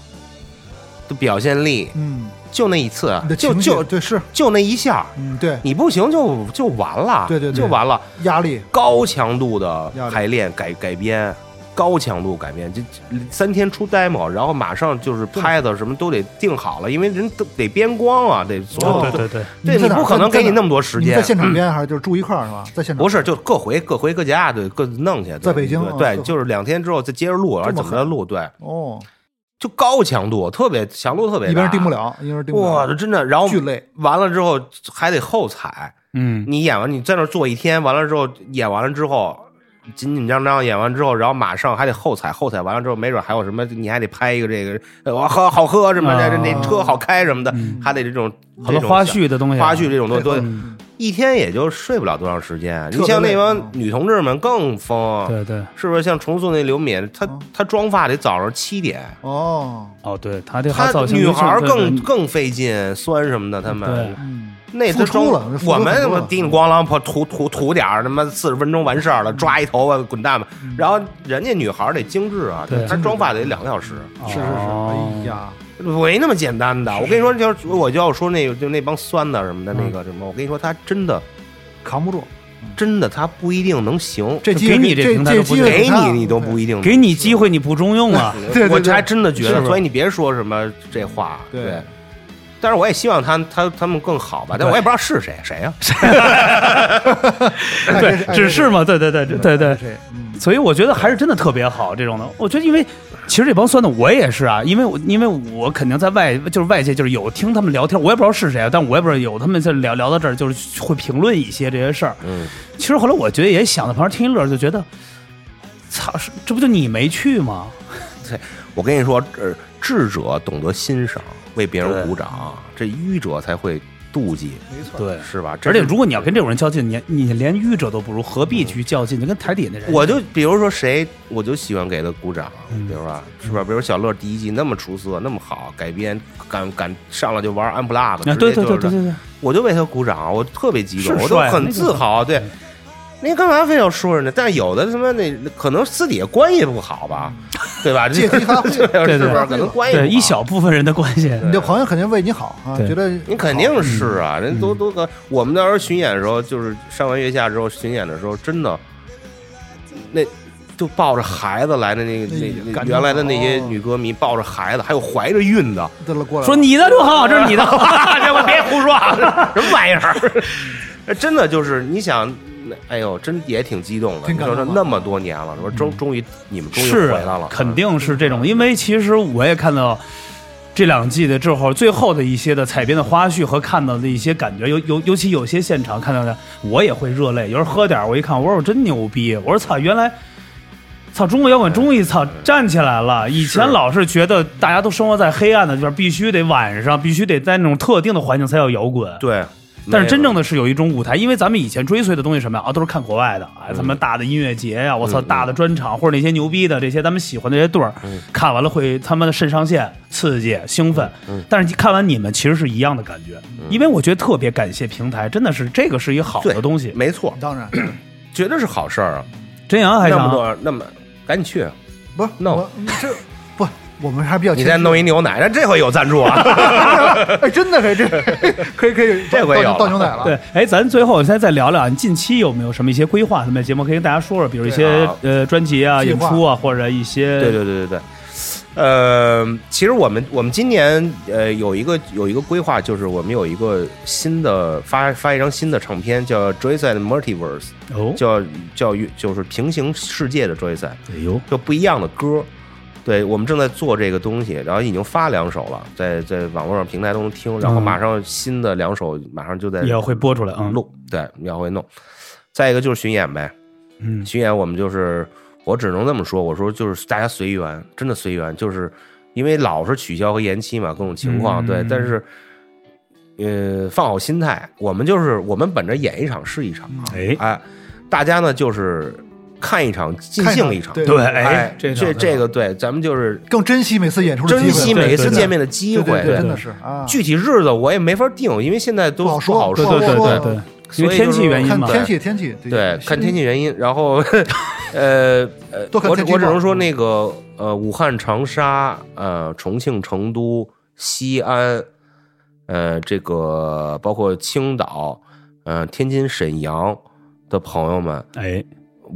Speaker 3: 的表现力
Speaker 4: 嗯，
Speaker 3: 就那一次
Speaker 4: 你的，
Speaker 3: 啊就
Speaker 4: 情绪
Speaker 3: 就
Speaker 4: 对是，
Speaker 3: 就那一下，
Speaker 4: 嗯对，
Speaker 3: 你不行就就完了，
Speaker 4: 对对对
Speaker 3: 就完了。
Speaker 4: 压力
Speaker 3: 高强度的
Speaker 4: 压力
Speaker 3: 排练改改编，高强度改编，这这三天出 demo，然后马上就是拍的什么都得定好了，因为人都得编光啊，得所有
Speaker 5: 对对对，
Speaker 3: 的对
Speaker 4: 哦你在
Speaker 3: 你
Speaker 4: 哪
Speaker 3: 不可能给你那么多时
Speaker 4: 你
Speaker 3: 间嗯
Speaker 4: 在。现场编还是就是住一块儿是吧？在现场
Speaker 3: 不是，就各回各回各家，对，各弄去。对
Speaker 4: 在北京
Speaker 3: 对
Speaker 4: 啊
Speaker 3: 对，
Speaker 4: 各回
Speaker 3: 就是两天之后再接着录，然后
Speaker 4: 这么
Speaker 3: 怎么着
Speaker 4: 狠
Speaker 3: 录，对，
Speaker 4: 哦，
Speaker 3: 就高强度，特别强度特别大，
Speaker 4: 一边定不了，一边定不
Speaker 3: 哇，
Speaker 4: 了
Speaker 3: 这，真的，然后
Speaker 4: 巨累，
Speaker 3: 完了之后还得后采，
Speaker 5: 嗯，
Speaker 3: 你演完你在那儿坐一天，完了之后演完了之后紧紧张张演完之后，然后马上还得后采，后采完了之后没准还有什么，你还得拍一个这个，呃我喝好喝什么的，
Speaker 5: 啊
Speaker 3: 这这车好开什么的，
Speaker 5: 嗯
Speaker 3: (laughs) 还得这种
Speaker 5: 好多花、絮的东
Speaker 3: 这
Speaker 5: 西
Speaker 3: 种
Speaker 5: 啊，
Speaker 3: 花絮这种东西，
Speaker 4: 对
Speaker 3: 都
Speaker 5: 嗯
Speaker 3: 一天也就睡不了多长时间。
Speaker 4: 特别
Speaker 3: 你像那
Speaker 4: 累
Speaker 3: 帮
Speaker 4: 嗯
Speaker 3: 女同志们更疯，
Speaker 5: 对对，
Speaker 3: 是不是？像重塑那刘敏，她
Speaker 4: 嗯
Speaker 3: 她妆发得早上七点。
Speaker 4: 哦，
Speaker 5: 哦，对他这
Speaker 3: 她
Speaker 5: 造型
Speaker 3: 女
Speaker 5: 明
Speaker 3: 孩儿
Speaker 5: 确
Speaker 3: 更
Speaker 5: 对嗯
Speaker 3: 更费劲，酸什么的，她们
Speaker 5: 对
Speaker 4: 嗯，
Speaker 3: 那
Speaker 4: 付
Speaker 3: 他
Speaker 4: 出
Speaker 3: 装
Speaker 4: 了付出
Speaker 3: 我
Speaker 4: 很
Speaker 3: 们
Speaker 4: 多了
Speaker 3: 叮叮咣啷，吐吐吐点儿，他妈四十分钟完事儿了，抓一头发滚蛋吧。然后人家女孩儿得精致啊
Speaker 5: 嗯对，
Speaker 3: 她妆发得两个小时，
Speaker 4: 是是是，哎呀，
Speaker 5: 嗯
Speaker 3: 没那么简单的。我跟你说，就是我就要说那个就那帮酸的什么的那
Speaker 5: 嗯
Speaker 3: 个什么，我跟你说，他真的
Speaker 4: 扛不住，
Speaker 3: 真的他不一定能行，
Speaker 4: 这机会
Speaker 5: 给你这
Speaker 4: 这
Speaker 5: 平台
Speaker 4: 这
Speaker 5: 都不
Speaker 4: 机会
Speaker 3: 给
Speaker 4: 他
Speaker 3: 你你都不一定
Speaker 5: 给你机会你不中用啊，
Speaker 4: 对对
Speaker 3: 我
Speaker 4: 对
Speaker 3: 还真的觉
Speaker 5: 是
Speaker 3: 得，
Speaker 5: 吧
Speaker 3: 所以你别说什么这话，
Speaker 4: 对
Speaker 3: 对。但是我也希望他他他们更好吧，但我也不知道是谁谁呀、
Speaker 4: (laughs) 哎
Speaker 5: 对
Speaker 4: 这，哎
Speaker 5: 只是嘛，对对对对对
Speaker 4: 这，是嗯，
Speaker 5: 所以我觉得还是真的特别好这种的。我觉得，因为其实这帮酸的我也是啊，因为我因为我肯定在外就是外界就是有听他们聊天，我也不知道是谁啊，但我也不知道有他们在聊聊到这儿，就是会评论一些这些事儿。
Speaker 3: 嗯，
Speaker 5: 其实后来我觉得也想在旁边听一乐，就觉得，操，是这不就你没去吗？
Speaker 3: 我跟你说，呃，智者懂得欣赏，为别
Speaker 5: 对
Speaker 3: 人鼓掌，这愚者才会妒忌，
Speaker 4: 没错，
Speaker 5: 对。
Speaker 3: 是吧？这
Speaker 5: 而且，
Speaker 3: 是
Speaker 5: 如果你要跟这种人较劲，你你连愚者都不如，何
Speaker 4: 嗯
Speaker 5: 必去较劲？就跟台底下那人一样，
Speaker 3: 我就比如说谁，我就喜欢给他鼓掌，
Speaker 5: 嗯
Speaker 3: 比如说是吧？比如小乐第一季那么出色，那么好，改编敢敢上来就玩安普拉的，
Speaker 5: 啊，对对对
Speaker 3: 直接
Speaker 5: 对
Speaker 3: 就是
Speaker 5: 对对，
Speaker 3: 我就为他鼓掌，我特别激动，
Speaker 5: 是
Speaker 3: 我都
Speaker 5: 帅啊那
Speaker 3: 很
Speaker 5: 个嗯
Speaker 3: 自豪。对，您干嘛非要说人家？但有的他妈那可能私底下关系不好吧，
Speaker 5: 嗯
Speaker 3: 对吧？
Speaker 4: 借
Speaker 3: 这
Speaker 4: 题
Speaker 3: (laughs)
Speaker 4: 发挥
Speaker 3: 是不
Speaker 5: 对对
Speaker 3: 是？可能关系不
Speaker 5: 对
Speaker 3: 好
Speaker 5: 一小部分人的关系，
Speaker 3: (laughs)
Speaker 4: 你这朋友肯定为你好啊，
Speaker 5: 对
Speaker 4: 觉得
Speaker 3: 你肯定是啊，人都都个，我们那时候巡演的时候，就是上完月下之后巡演的时候，真的，那就抱着孩子来的那个
Speaker 4: 哎呀
Speaker 3: 那那
Speaker 4: 感
Speaker 3: 原来的
Speaker 4: 动
Speaker 3: 那些
Speaker 4: 哦
Speaker 3: 女歌迷抱着孩子，还有怀着孕的，
Speaker 4: 得了过来了
Speaker 5: 说你的就好，这是你
Speaker 3: (laughs)
Speaker 5: 的，我别胡说啊，
Speaker 3: 什么玩意儿？真的就是你想，哎呦，真也挺激动的。
Speaker 4: 挺
Speaker 3: 你
Speaker 4: 感
Speaker 3: 说
Speaker 4: 动
Speaker 3: 说
Speaker 4: 的
Speaker 3: 那么多年了，说终终于你 (laughs) 们终于
Speaker 5: 是啊
Speaker 3: 回来了，嗯
Speaker 5: 肯定是这种，因为其实我也看到这两季的之后，最后的一些的采编的花絮和看到的一些感觉，尤尤尤其有些现场看到的，我也会热泪。有时候喝点儿，我一看，我说我真牛逼，我说操，原来。操，中国摇滚终于操站起来了！以前老是觉得大家都生活在黑暗的地方，必须得晚上，必须得在那种特定的环境才叫摇滚。
Speaker 3: 对。
Speaker 5: 但是真正
Speaker 3: 的
Speaker 5: 的是有一种舞台，因为咱们以前追随的东西什么呀啊，都是看国外的，哎，
Speaker 3: 嗯
Speaker 5: 咱们大的音乐节呀、我操，大的专场或者那些牛逼的这些咱们喜欢的这些队儿，
Speaker 3: 嗯
Speaker 5: 看完了会他妈的肾上腺刺激兴奋，
Speaker 3: 嗯
Speaker 5: 但是看完你们其实是一样的感觉，因为我觉得特别感谢平台，真的是这个是一个好
Speaker 3: 对
Speaker 5: 的东西。
Speaker 3: 没错，
Speaker 4: 当然
Speaker 3: 绝对是好事儿啊！
Speaker 5: 真阳还
Speaker 3: 那么
Speaker 5: 想
Speaker 3: 多，那么赶紧去，
Speaker 4: 不是
Speaker 3: No
Speaker 4: 我这不我们还比较
Speaker 3: 你
Speaker 4: 谦
Speaker 3: 再
Speaker 4: 虚
Speaker 3: 弄一牛奶，那这回有赞助啊！
Speaker 4: 哎，真的可以，这可以可以，
Speaker 3: 这回有
Speaker 4: 倒
Speaker 3: 了
Speaker 4: 倒牛奶了。
Speaker 5: 对，哎，咱最后再再聊聊，你近期有没有什么一些规划？咱们节目可以跟大家说说，比如一
Speaker 3: 对
Speaker 5: 些
Speaker 3: 啊
Speaker 5: 呃专辑啊、
Speaker 4: 计
Speaker 5: 演
Speaker 4: 划
Speaker 5: 出啊，或者一些
Speaker 3: 对对对对对，呃，其实我们我们今年呃有一个有一个规划，就是我们有一个新的发发一张新的唱片，叫《Joyce and Multiverse》，
Speaker 5: 哦，
Speaker 3: 叫叫就是平行世界的 Joyce。
Speaker 5: 哎呦，
Speaker 3: 就不一样的歌。对我们正在做这个东西，然后已经发两首了，在在网络上平台都能听，然后
Speaker 5: 嗯
Speaker 3: 马上新的两首马上就在
Speaker 5: 也要会播出来啊，嗯
Speaker 3: 录，对，要会弄。再一个就是巡演呗，
Speaker 5: 嗯，
Speaker 3: 巡演我们就是我只能这么说，我说就是大家随缘，真的随缘，就是因为老是取消和延期嘛，各种情
Speaker 5: 嗯
Speaker 3: 况，对，但是。呃，放好心态，我们就是我们本着演一场是一场，
Speaker 5: 哎，
Speaker 3: 哎，大家呢就是看一场尽兴一场，
Speaker 4: 对
Speaker 5: 对，
Speaker 3: 哎，
Speaker 5: 这
Speaker 3: 这
Speaker 5: 这
Speaker 3: 这个对，咱们就是
Speaker 4: 更珍惜每次演出的机
Speaker 3: 珍
Speaker 4: 会，
Speaker 3: 惜
Speaker 5: 每
Speaker 3: 每一
Speaker 5: 对
Speaker 3: 次
Speaker 5: 对
Speaker 3: 见面的机
Speaker 4: 对
Speaker 3: 会。
Speaker 4: 对对，真
Speaker 5: 对
Speaker 4: 的是啊，
Speaker 3: 具体日子我也没法定，因为现在都
Speaker 4: 不好说
Speaker 3: 好
Speaker 5: 对
Speaker 3: 说。
Speaker 5: 对对
Speaker 4: 说
Speaker 5: 对
Speaker 4: 说
Speaker 5: 对，因
Speaker 3: 所以
Speaker 5: 为
Speaker 3: 就是
Speaker 5: 天气原因
Speaker 4: 看
Speaker 5: 嘛，
Speaker 4: 天气天气，
Speaker 3: 对，看天
Speaker 4: 气，
Speaker 3: 气原因。然后，呃呃，
Speaker 4: 多
Speaker 3: 我
Speaker 4: 看
Speaker 3: 我
Speaker 4: 天嗯气
Speaker 3: 只能
Speaker 4: 报
Speaker 3: 说那个呃，武汉、长沙、呃，重庆、成都、西安，呃，这个包括青岛、呃，天津、沈阳的朋友们，
Speaker 5: 哎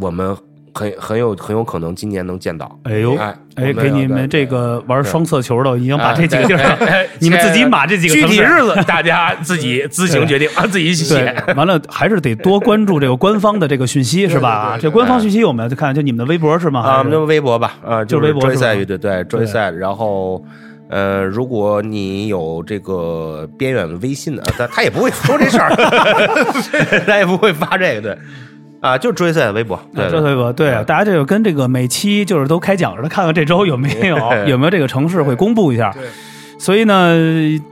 Speaker 3: 我们很很有很有可能今年能见到。
Speaker 5: 哎呦
Speaker 3: 哎
Speaker 5: 哎，
Speaker 3: 我们
Speaker 5: 给你
Speaker 3: 有
Speaker 5: 们
Speaker 3: 的
Speaker 5: 这个玩双色球的，已经把这
Speaker 3: 哎
Speaker 5: 几个地儿， (laughs) 你们自己码这几个
Speaker 3: 具
Speaker 5: 城
Speaker 3: 体
Speaker 5: 市
Speaker 3: 日子大家自己自行决定啊，自己
Speaker 5: (laughs)
Speaker 3: 写。
Speaker 5: 对，完了还是得多关注这个官方的这个讯息是吧？这官方讯息我们要去看，就你们的微博是吗？
Speaker 3: 哎啊，
Speaker 5: 还
Speaker 3: 我
Speaker 5: 是
Speaker 3: 们就微博吧，啊，
Speaker 5: 就是微
Speaker 3: 是
Speaker 5: 博是
Speaker 3: 追
Speaker 5: 吧
Speaker 3: 赛，对对，追赛。然后，呃，如果你有这个边远的微信啊，他他也不会说这事儿， (laughs) 他也不会发这个，对，啊，就追赛的微博，对，
Speaker 5: 这
Speaker 3: 对
Speaker 5: 微博对，大家这个跟
Speaker 3: (laughs)
Speaker 5: 这个每期就是都开奖似的，看看这周有没有有没有这个城市会公布一下。
Speaker 4: 对
Speaker 5: 所以呢，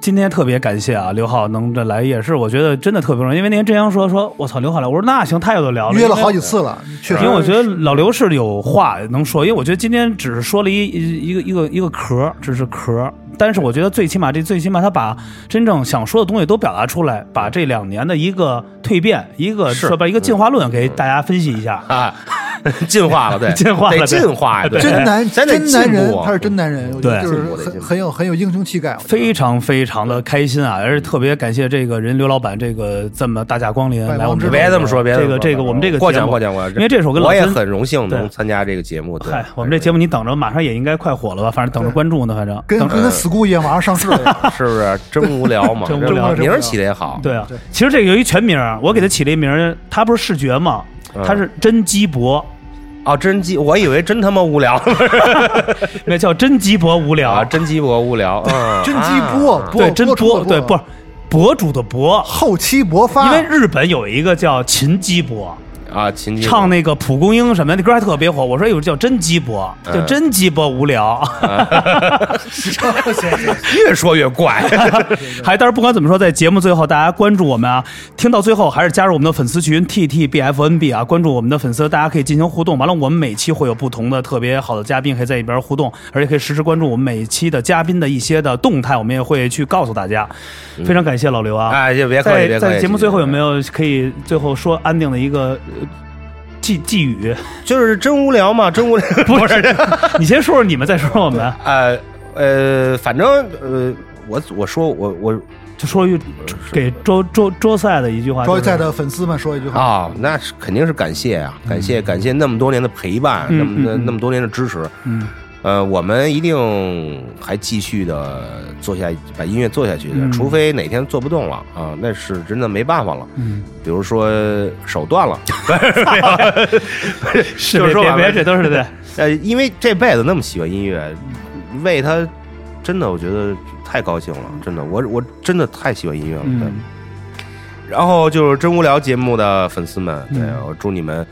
Speaker 5: 今天特别感谢啊，刘浩能这来，也是我觉得真的特别不容易。因为那天真阳说说，我操，刘浩来，我说那行，太有的聊了，
Speaker 4: 约了
Speaker 5: 因为
Speaker 4: 好几次了，确实。
Speaker 5: 因为我觉得老刘是有话能说，因为我觉得今天只是说了一一一个一个一个壳，只是壳。但是我觉得最起码这最起码他把真正想说的东西都表达出来，把这两年的一个蜕变，一个
Speaker 3: 是嗯
Speaker 5: 说白一个进化论给大家分析一下。
Speaker 3: 啊， (laughs) 进化了，对，
Speaker 5: (laughs) 进化了
Speaker 3: 得
Speaker 5: 对
Speaker 3: 进化呀，对
Speaker 4: 真男
Speaker 3: 咱得
Speaker 4: 真男
Speaker 3: 进
Speaker 4: 人
Speaker 3: 步，啊
Speaker 4: 他是真男人，我觉得就
Speaker 5: 对
Speaker 4: 是
Speaker 3: 进步得进
Speaker 4: 很
Speaker 3: 步
Speaker 4: 很有很有英雄气概。我觉啊得
Speaker 5: 非常非常的开心啊！而且特别感谢这个人刘老板这个这么大驾光临
Speaker 4: 拜
Speaker 5: 来我们
Speaker 4: 望之
Speaker 5: 边
Speaker 3: 别这么说，别
Speaker 5: 这
Speaker 3: 么
Speaker 5: 个
Speaker 3: 说
Speaker 5: 这个我们这个
Speaker 3: 过
Speaker 5: 节
Speaker 3: 奖
Speaker 5: 目
Speaker 3: 过奖过奖，
Speaker 5: 因为这首跟老
Speaker 3: 我也
Speaker 5: 曾
Speaker 3: 很荣幸能
Speaker 5: 对
Speaker 3: 参加这个节目。对
Speaker 5: 嗨，我们这节目你等着，马上也应该快火了吧？反正等着
Speaker 4: 对
Speaker 5: 关注呢，反正
Speaker 4: 跟
Speaker 5: 等
Speaker 4: 跟跟 school 一样，马上上市
Speaker 3: (laughs)
Speaker 4: 了。
Speaker 3: 是不是真无聊
Speaker 5: (laughs)
Speaker 3: 嘛？
Speaker 5: 真无
Speaker 3: 真
Speaker 5: 聊
Speaker 3: 名儿起的也好。
Speaker 5: 对啊
Speaker 4: 对，
Speaker 5: 其实这个有一全名儿，我给他起了一名儿，他不是视觉吗？
Speaker 3: 嗯
Speaker 5: 他是真鸡博， (laughs)
Speaker 3: 啊，真鸡，我以为真他妈无聊
Speaker 5: 那叫真鸡博无
Speaker 3: 啊，
Speaker 5: 聊，
Speaker 3: 真鸡博无聊，嗯
Speaker 4: 真鸡播
Speaker 3: 啊
Speaker 4: 播
Speaker 5: 对，真
Speaker 4: 播出
Speaker 5: 博，
Speaker 4: 的
Speaker 5: 对，不是博主的博，
Speaker 4: 后期勃发，(laughs)
Speaker 5: 因为日本有一个叫秦鸡博，
Speaker 3: 啊，秦鸡
Speaker 5: 唱那个蒲公英什么的，那歌还特别火。我说有哎叫真鸡博，
Speaker 3: 嗯
Speaker 5: 叫真鸡博无聊，
Speaker 3: 越说越怪，
Speaker 5: (laughs) 还但是不管怎么说，在节目最后大家关注我们啊，听到最后还是加入我们的粉丝群 T T B F N B 啊，关注我们的粉丝，大家可以进行互动。完啊了，我们每期会有不同的特别好的嘉宾可以在里边互动，而且可以实时关注我们每期的嘉宾的一些的动态，我们也会去告诉大家。非常感谢老刘啊，
Speaker 3: (laughs) 哎，就别客气，
Speaker 5: 在
Speaker 3: 别客
Speaker 5: 在
Speaker 3: 气。
Speaker 5: 节目最后有没
Speaker 3: 有？
Speaker 5: 有可以最后说安定的一个呃寄寄语？
Speaker 3: 就是真无聊嘛，真无聊，不是
Speaker 5: (laughs) 你先说说你们，再说说我们，
Speaker 3: 呃呃，反正呃，我我说我我呃
Speaker 5: 就说一句给周周周赛的一句话、就
Speaker 4: 周
Speaker 5: 是，
Speaker 4: 一赛的粉丝们说一句话，
Speaker 3: 啊，那是肯定是感谢啊，感谢感谢那么多年的陪伴，
Speaker 5: 嗯
Speaker 3: 那么那
Speaker 5: 嗯嗯
Speaker 3: 那么多年的支持，
Speaker 5: 嗯，
Speaker 3: 呃，我们一定还继续的做下把音乐做下去的，
Speaker 5: 嗯
Speaker 3: 除非哪天做不动了啊，那是真的没办法了，
Speaker 5: 嗯，
Speaker 3: 比如说手断了，
Speaker 5: 是
Speaker 3: 就
Speaker 5: 别
Speaker 3: 是说
Speaker 5: 别
Speaker 3: 完
Speaker 5: 别
Speaker 3: 了
Speaker 5: 这都是对，
Speaker 3: 呃，因为这辈子那么喜欢音乐，为他真的我觉得太高兴了，真的，我我真的太喜欢音乐了。对
Speaker 5: 嗯，
Speaker 3: 然后就是真无聊节目的粉丝们，对
Speaker 5: 嗯
Speaker 3: 我祝你们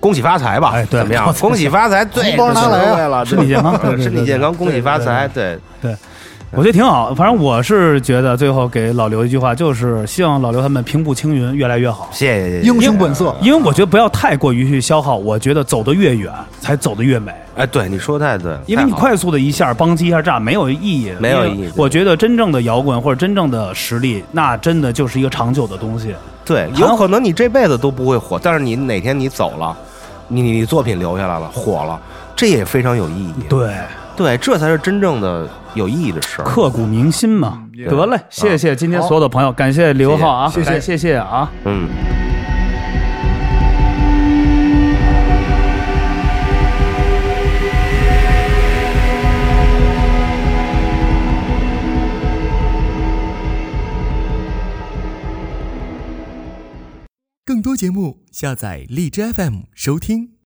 Speaker 3: 恭喜发财吧，
Speaker 5: 哎对
Speaker 3: 怎么
Speaker 5: 恭 (laughs)
Speaker 3: 样？
Speaker 5: 喜
Speaker 3: 恭喜发财，对，
Speaker 4: 红包拿来啊
Speaker 3: 无所谓
Speaker 5: (laughs)
Speaker 3: 了，
Speaker 5: 身体健康
Speaker 3: (laughs) 对
Speaker 5: 对对
Speaker 3: 身体
Speaker 5: 对
Speaker 3: 健康，
Speaker 5: 对
Speaker 3: 恭喜发
Speaker 5: 对
Speaker 3: 财，对，
Speaker 5: 我觉得挺好。反正我是觉得最后给老刘一句话，就是希望老刘他们平步青云，越来越好。
Speaker 3: 谢谢谢谢，
Speaker 4: 英雄本色。
Speaker 5: 因为我觉得不要太过于去消耗，我觉得走得越远才走得越美，
Speaker 3: 哎，对，你说得太对，
Speaker 5: 因为你
Speaker 3: 太好了
Speaker 5: 快速的一下邦击一下炸没有意义，
Speaker 3: 没有
Speaker 5: 因为
Speaker 3: 意义对
Speaker 5: 我觉得真正的摇滚或者真正的实力，那真的就是一个长久的东西。
Speaker 3: 对，有可能你这辈子都不会火，但是你哪天你走了，你你你作品留下来了，火了，这也非常有意义，
Speaker 5: 对，
Speaker 3: 对，这才是真正的有意义的事儿。
Speaker 5: 刻骨铭心嘛。
Speaker 3: 嗯
Speaker 5: 得嘞，谢谢今天所有的朋友，感谢刘浩啊，
Speaker 4: 谢谢
Speaker 5: 感谢谢啊。
Speaker 3: 嗯。
Speaker 6: 更多节目，下载荔枝 FM 收听。